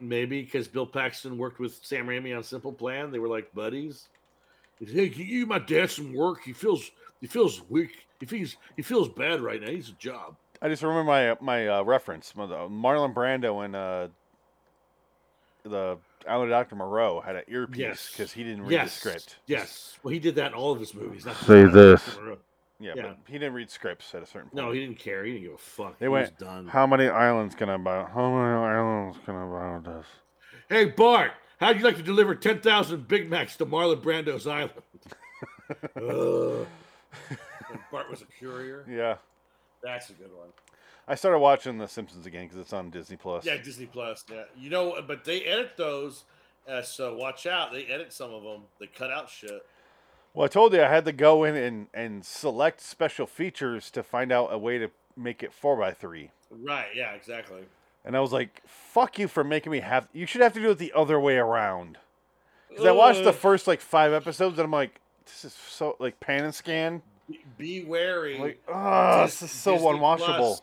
B: maybe because Bill Paxton worked with Sam Raimi on Simple Plan, they were like buddies. He said, hey, can you give my dad some work? He feels, he feels weak. He feels, he feels bad right now. He needs a job.
A: I just remember my my uh, reference. My- the- Marlon Brando and uh, the Island of Doctor Moreau had an earpiece
B: Yes.
A: because he didn't read
B: yes,
A: the script.
B: yes. Well, he did that in all of his movies. Not
C: Say this.
A: Yeah,
B: Yeah.
A: but he didn't read scripts at a certain point.
B: No, he didn't care. He didn't give a fuck.
A: They
B: he
A: went.
B: was done.
A: How many islands can I buy? How many islands can I buy with this?
B: Hey Bart, how'd you like to deliver ten thousand Big Macs to Marlon Brando's [laughs] island? Ugh. And [laughs] Bart was a courier.
A: Yeah,
B: That's a good one.
A: I started watching The Simpsons again because it's on Disney Plus.
B: Yeah, Disney Plus. Yeah, you know, but they edit those, uh, so watch out. They edit some of them. They cut out shit.
A: Well, I told you I had to go in and, and select special features to find out a way to make it four by three.
B: Right? Yeah, exactly.
A: And I was like, "Fuck you for making me have. You should have to do it the other way around." Because I watched the
B: Ugh.
A: first like five episodes, and I'm like, "This is so like pan and scan."
B: Be- Be wary.
A: I'm like, "Ah,
B: Dis-
A: this is so
B: Disney
A: unwatchable."
B: Plus-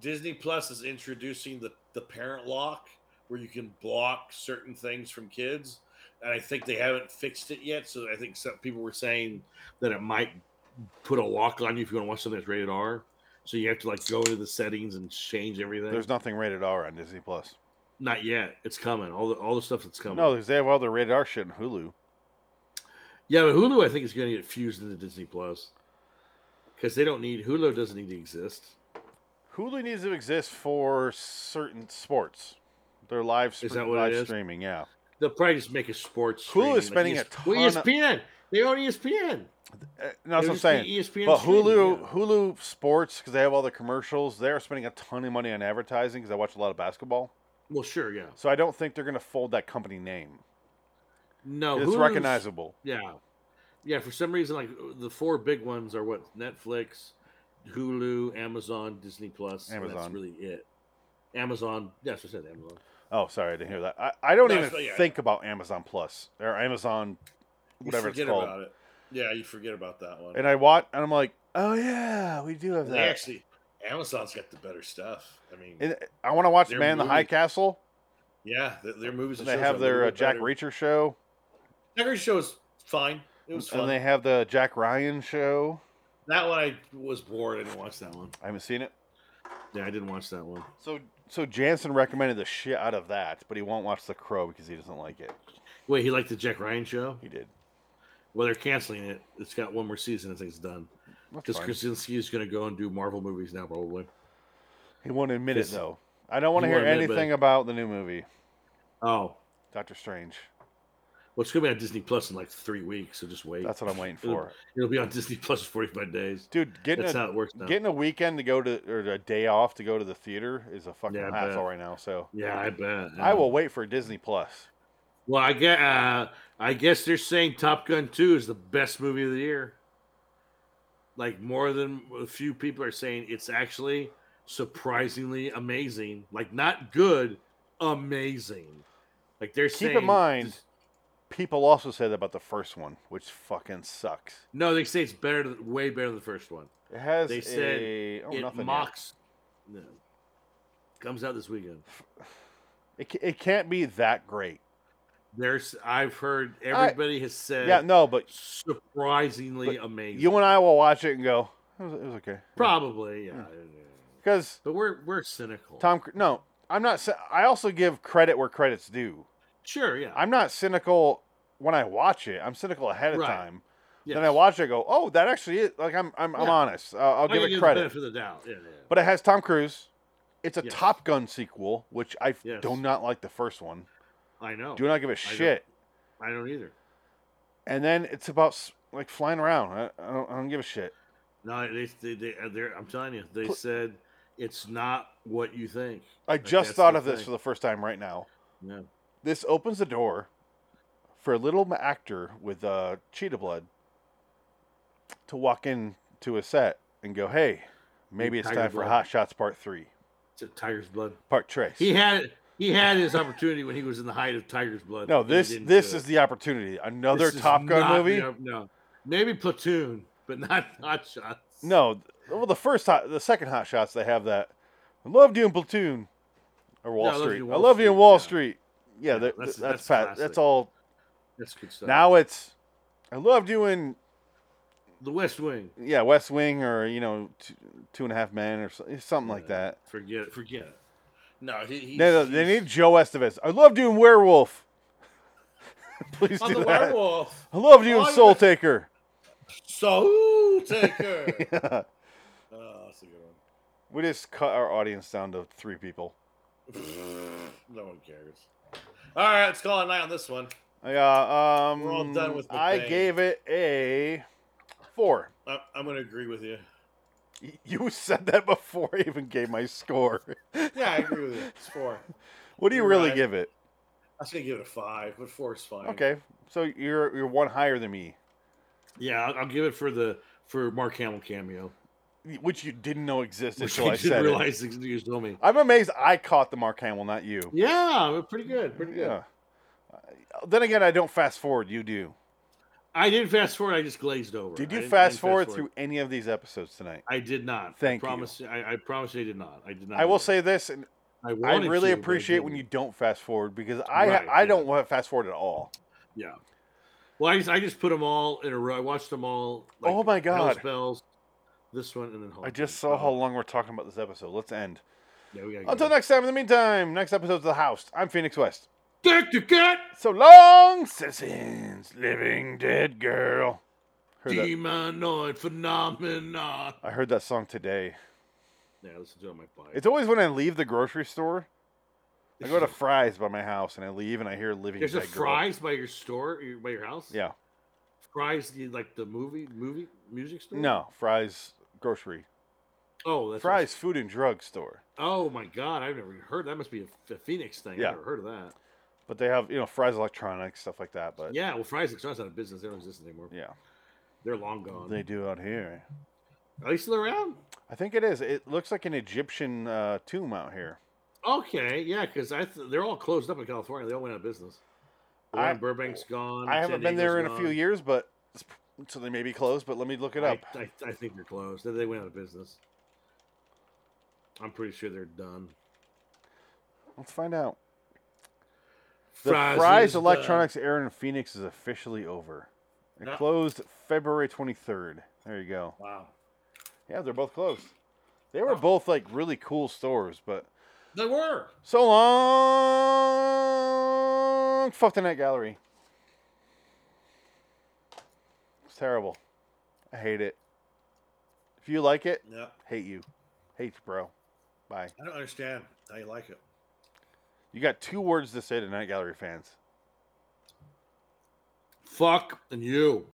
B: Disney Plus is introducing the, the parent lock where you can block certain things from kids. And I think they haven't fixed it yet. So I think some people were saying that it might put a lock on you if you want to watch something that's rated R. So you have to like go into the settings and change everything.
A: There's nothing rated R on Disney Plus.
B: not yet. It's coming. All the all the stuff that's coming.
A: No, because they have all the rated R shit in Hulu.
B: yeah, but Hulu I think is going to get fused into Disney Plus because they don't need Hulu doesn't need to exist.
A: Hulu needs to exist for certain sports. Their live
B: Is
A: stre-
B: that what it
A: live
B: is?
A: streaming, yeah.
B: They'll probably just make a sports.
A: Hulu is
B: streaming, like
A: spending a
B: ES-
A: ton of-
B: Well, E ESPN. They own E
A: Uh, no,
B: ESPN.
A: that's
B: It'll
A: what I'm
B: just E
A: saying.
B: be ESPN
A: but
B: streaming,
A: Hulu,
B: yeah.
A: Hulu Sports, because they have all the commercials. They're spending a ton of money on advertising because I watch a lot of basketball.
B: Well, sure, yeah.
A: So I don't think they're going to fold that company name.
B: No,
A: It's
B: Oh, Hulu's-
A: recognizable.
B: Yeah, yeah. For some reason, like the four big ones are what Netflix, Hulu, Amazon, Disney Plus. and
A: Amazon.
B: That's really it. Amazon. Yes, I said Amazon.
A: Oh, sorry, I didn't hear that. I, I don't
B: No,
A: even
B: so, yeah.
A: think about Amazon Plus or Amazon,
B: You
A: whatever it's
B: forget
A: called.
B: about it. Yeah, you forget about that one.
A: And I watch, and I'm like, oh yeah, we do have
B: They
A: that.
B: actually, Amazon's got the better stuff. I mean,
A: And I want to watch
B: Their
A: Man in the High
B: movie-
A: Castle.
B: yeah, th- their movies.
A: And
B: And
A: they
B: shows are
A: have
B: a
A: their
B: little
A: uh,
B: bit
A: Jack
B: better.
A: Reacher show.
B: Jack Reacher show is fine. It was fun.
A: And they have the Jack Ryan show.
B: that one I was bored. I didn't watch that one.
A: I haven't seen it.
B: Yeah, I didn't watch that one.
A: So so Jansen recommended the shit out of that, but he won't watch The Crow because he doesn't like it.
B: Wait, he liked the Jack Ryan show.
A: He did.
B: Well, they're canceling it. It's got one more season. I think it's done.
A: That's
B: Because
A: fine.
B: Krasinski is going to go and do Marvel movies now, probably.
A: He won't admit it
B: Chris-
A: though. I don't want to
B: He
A: hear
B: won't admit it, but-
A: anything about the new movie,
B: Oh,
A: Doctor Strange.
B: well, it's going to be on Disney Plus in like three weeks. So just wait.
A: That's what I'm waiting
B: It'll-
A: for.
B: It'll be on Disney Plus in 45 days.
A: Dude, getting
B: That's
A: a,
B: how it works now.
A: getting a weekend to go to or a day off to go to the theater is a fucking
B: Yeah, I
A: hassle
B: bet.
A: right now. So
B: Yeah, I bet.
A: I
B: yeah.
A: will wait for Disney Plus.
B: Well, I guess, uh, I guess they're saying Top Gun 2 is the best movie of the year. Like, more than a few people are saying it's actually surprisingly amazing. Like, not good, amazing. Like, they're saying.
A: Keep in mind, people also said that about the first one, which fucking sucks.
B: No, they say it's better, than- way better than the first one.
A: It has
B: They said
A: a oh,
B: it
A: nothing yet.
B: mocks. No. Comes out this weekend.
A: It, ca- it can't be that great.
B: There's, I've heard everybody has said
A: yeah, no, but
B: surprisingly amazing.
A: you and I will watch it and go. It was, it was okay
B: Probably, yeah.
A: because
B: But we're we're cynical.
A: Hmm. Tom. Cru- No, I'm not. cy- I also give credit where credit's due.
B: Sure, yeah.
A: I'm not cynical when I watch it. I'm cynical ahead of
B: Right.
A: time.
B: yes.
A: Then I watch it, and go, oh, that actually is like I'm. I'm, I'm
B: Yeah.
A: honest. Uh, I'll
B: I'm
A: give
B: gonna
A: it
B: the
A: credit.
B: benefit of the doubt. Yeah, yeah, yeah.
A: But it has Tom Cruise. It's a
B: Yes.
A: Top Gun sequel, which I f-
B: Yes.
A: do not like the first one.
B: I know.
A: Do not give a
B: don't.
A: shit.
B: I don't either.
A: And then it's about s- like flying around. I, I, don't, I don't give a shit.
B: No, they they, they uh, they're, I'm telling you, they
A: Pl-
B: said it's not what you think.
A: I
B: Like,
A: just
B: that's
A: thought
B: the
A: of this
B: thing.
A: for the first time right now.
B: Yeah.
A: This opens the door for a little ma- actor with uh, cheetah blood to walk into a set and go, "Hey, maybe it's
B: Tiger
A: time for
B: blood.
A: Hot Shots Part Three,
B: It's a tiger's blood.
A: Part Trace."
B: He had he had his opportunity when he was in the height of tiger's
A: [laughs]
B: blood.
A: no,
B: and he
A: this
B: didn't
A: this
B: do
A: is
B: it.
A: the opportunity. Another
B: This is
A: Top Gun
B: not-
A: movie.
B: No, no. maybe platoon, but not hot shots.
A: No, th- well, the first hot, the second Hot Shots, they have that. I loved you in Platoon or Wall
B: Yeah, I Loved You
A: Street.
B: in
A: I
B: Wall
A: love you in
B: Street,
A: Wall
B: yeah.
A: Street. Yeah,
B: Yeah,
A: that-
B: that's-
A: that's that's
B: that's
A: pat, that's
B: classic.
A: all.
B: that's good stuff.
A: Now it's I loved you in
B: the West Wing.
A: yeah West Wing or you know two, two and a Half Men or so- eh, something like
B: Yeah.
A: that.
B: Uh, Forget it. Forget it. No, he, he's,
A: No, no, they
B: he's-
A: need Joe Estevez. I loved you in Werewolf. [laughs] Please
B: on
A: do
B: the
A: that.
B: werewolf.
A: I loved you
B: Oh,
A: in
B: I- [laughs]
A: Soul Taker.
B: Soul Taker.
A: [laughs]
B: Oh, that's a good one.
A: We just cut our audience down to three people.
B: no one [laughs] cares. All right, let's call it a night on this one.
A: Yeah, um,
B: We're all done with the
A: I
B: thing.
A: gave it a four.
B: I, I'm going to agree with you.
A: Y- You [laughs] said that before I even gave my score.
B: Yeah, I agree with you. It's four. [laughs] I
A: What do you
B: You're
A: really
B: right. Mm.
A: give it?
B: was going to give it a five, but four is fine.
A: Okay, so you're you're one higher than me,
B: Yeah, I'll, I'll give it for the for Mark Hamill cameo.
A: which you didn't know existed
B: [laughs] Which
A: until
B: I
A: I
B: didn't
A: said it.
B: realize it. you told me.
A: I'm amazed I caught the Mark Hamill, not you.
B: Yeah, we're pretty good. Pretty good.
A: Uh, Then again, I don't fast forward. You do.
B: I didn't fast forward. I just glazed over.
A: Did
B: I
A: you
B: didn't- I
A: fast
B: didn't
A: forward through any of these episodes tonight?
B: I did not.
A: Thank
B: I
A: you.
B: promise, you. I, I promise you I did not. I did not.
A: I
B: do
A: will
B: that.
A: say this, and I
B: wanted
A: really
B: to, but
A: appreciate when
B: didn't.
A: you don't fast forward because I
B: Right,
A: I
B: yeah.
A: don't want to fast forward at all.
B: Yeah. Well, I just, I just put them all in a row. I watched them all.
A: Oh my God.
B: Hell's Bells, this one, and then Home.
A: I just saw how long we're talking about this episode. Let's end.
B: Yeah, we gotta
A: Until next time, in the meantime, next episode of The House. I'm Phoenix West.
B: Dick to get
A: So long, citizens. Living dead girl. Heard that-
B: demonoid phenomena.
A: I heard that song today.
B: Yeah, listen to it on my bike.
A: It's always when I leave the grocery store. I
B: [laughs]
A: go to Fry's by my house and I leave and I hear Living
B: There's a
A: Dead Girl.
B: fries by your store, your- by your house.
A: Yeah.
B: fries you- like the movie, movie, music store.
A: No, Fry's grocery.
B: Oh, that's what it's-
A: Fry's food and drug store.
B: Oh my God, I've never heard. That must be a, a Phoenix thing.
A: Yeah.
B: I've never heard of that.
A: But they have, you know, Fry's electronics, stuff like that. But yeah,
B: Yeah, well, fries is not out of business. They don't exist anymore. They're long gone.
A: they do out here.
B: Are they still around?
A: I think it is. It looks like an Egyptian uh, tomb out here.
B: Okay, yeah, because I th- they're all closed up in California. They all went out of business. The one
A: I-
B: in Burbank's gone.
A: I haven't
B: San
A: been there in
B: Diego's
A: a few
B: gone.
A: years, but it's- so they may be closed. But let me look it up.
B: I, I, I think they're closed. They- They went out of business. I'm pretty sure they're done.
A: Let's find out. The
B: Fry's
A: Fry's,
B: is uh, done.
A: Electronics era in Phoenix is officially over. It
B: No.
A: closed February 23rd. There you go.
B: Wow.
A: Yeah, they're both closed. They were both like really cool stores, but
B: They were.
A: so long. Fuck the night gallery. It's terrible. I hate it. If you like it,
B: Yeah.
A: hate you. Hate you, bro. Bye.
B: I don't understand how you like it.
A: You got two words to say to night gallery fans.
B: Fuck and you.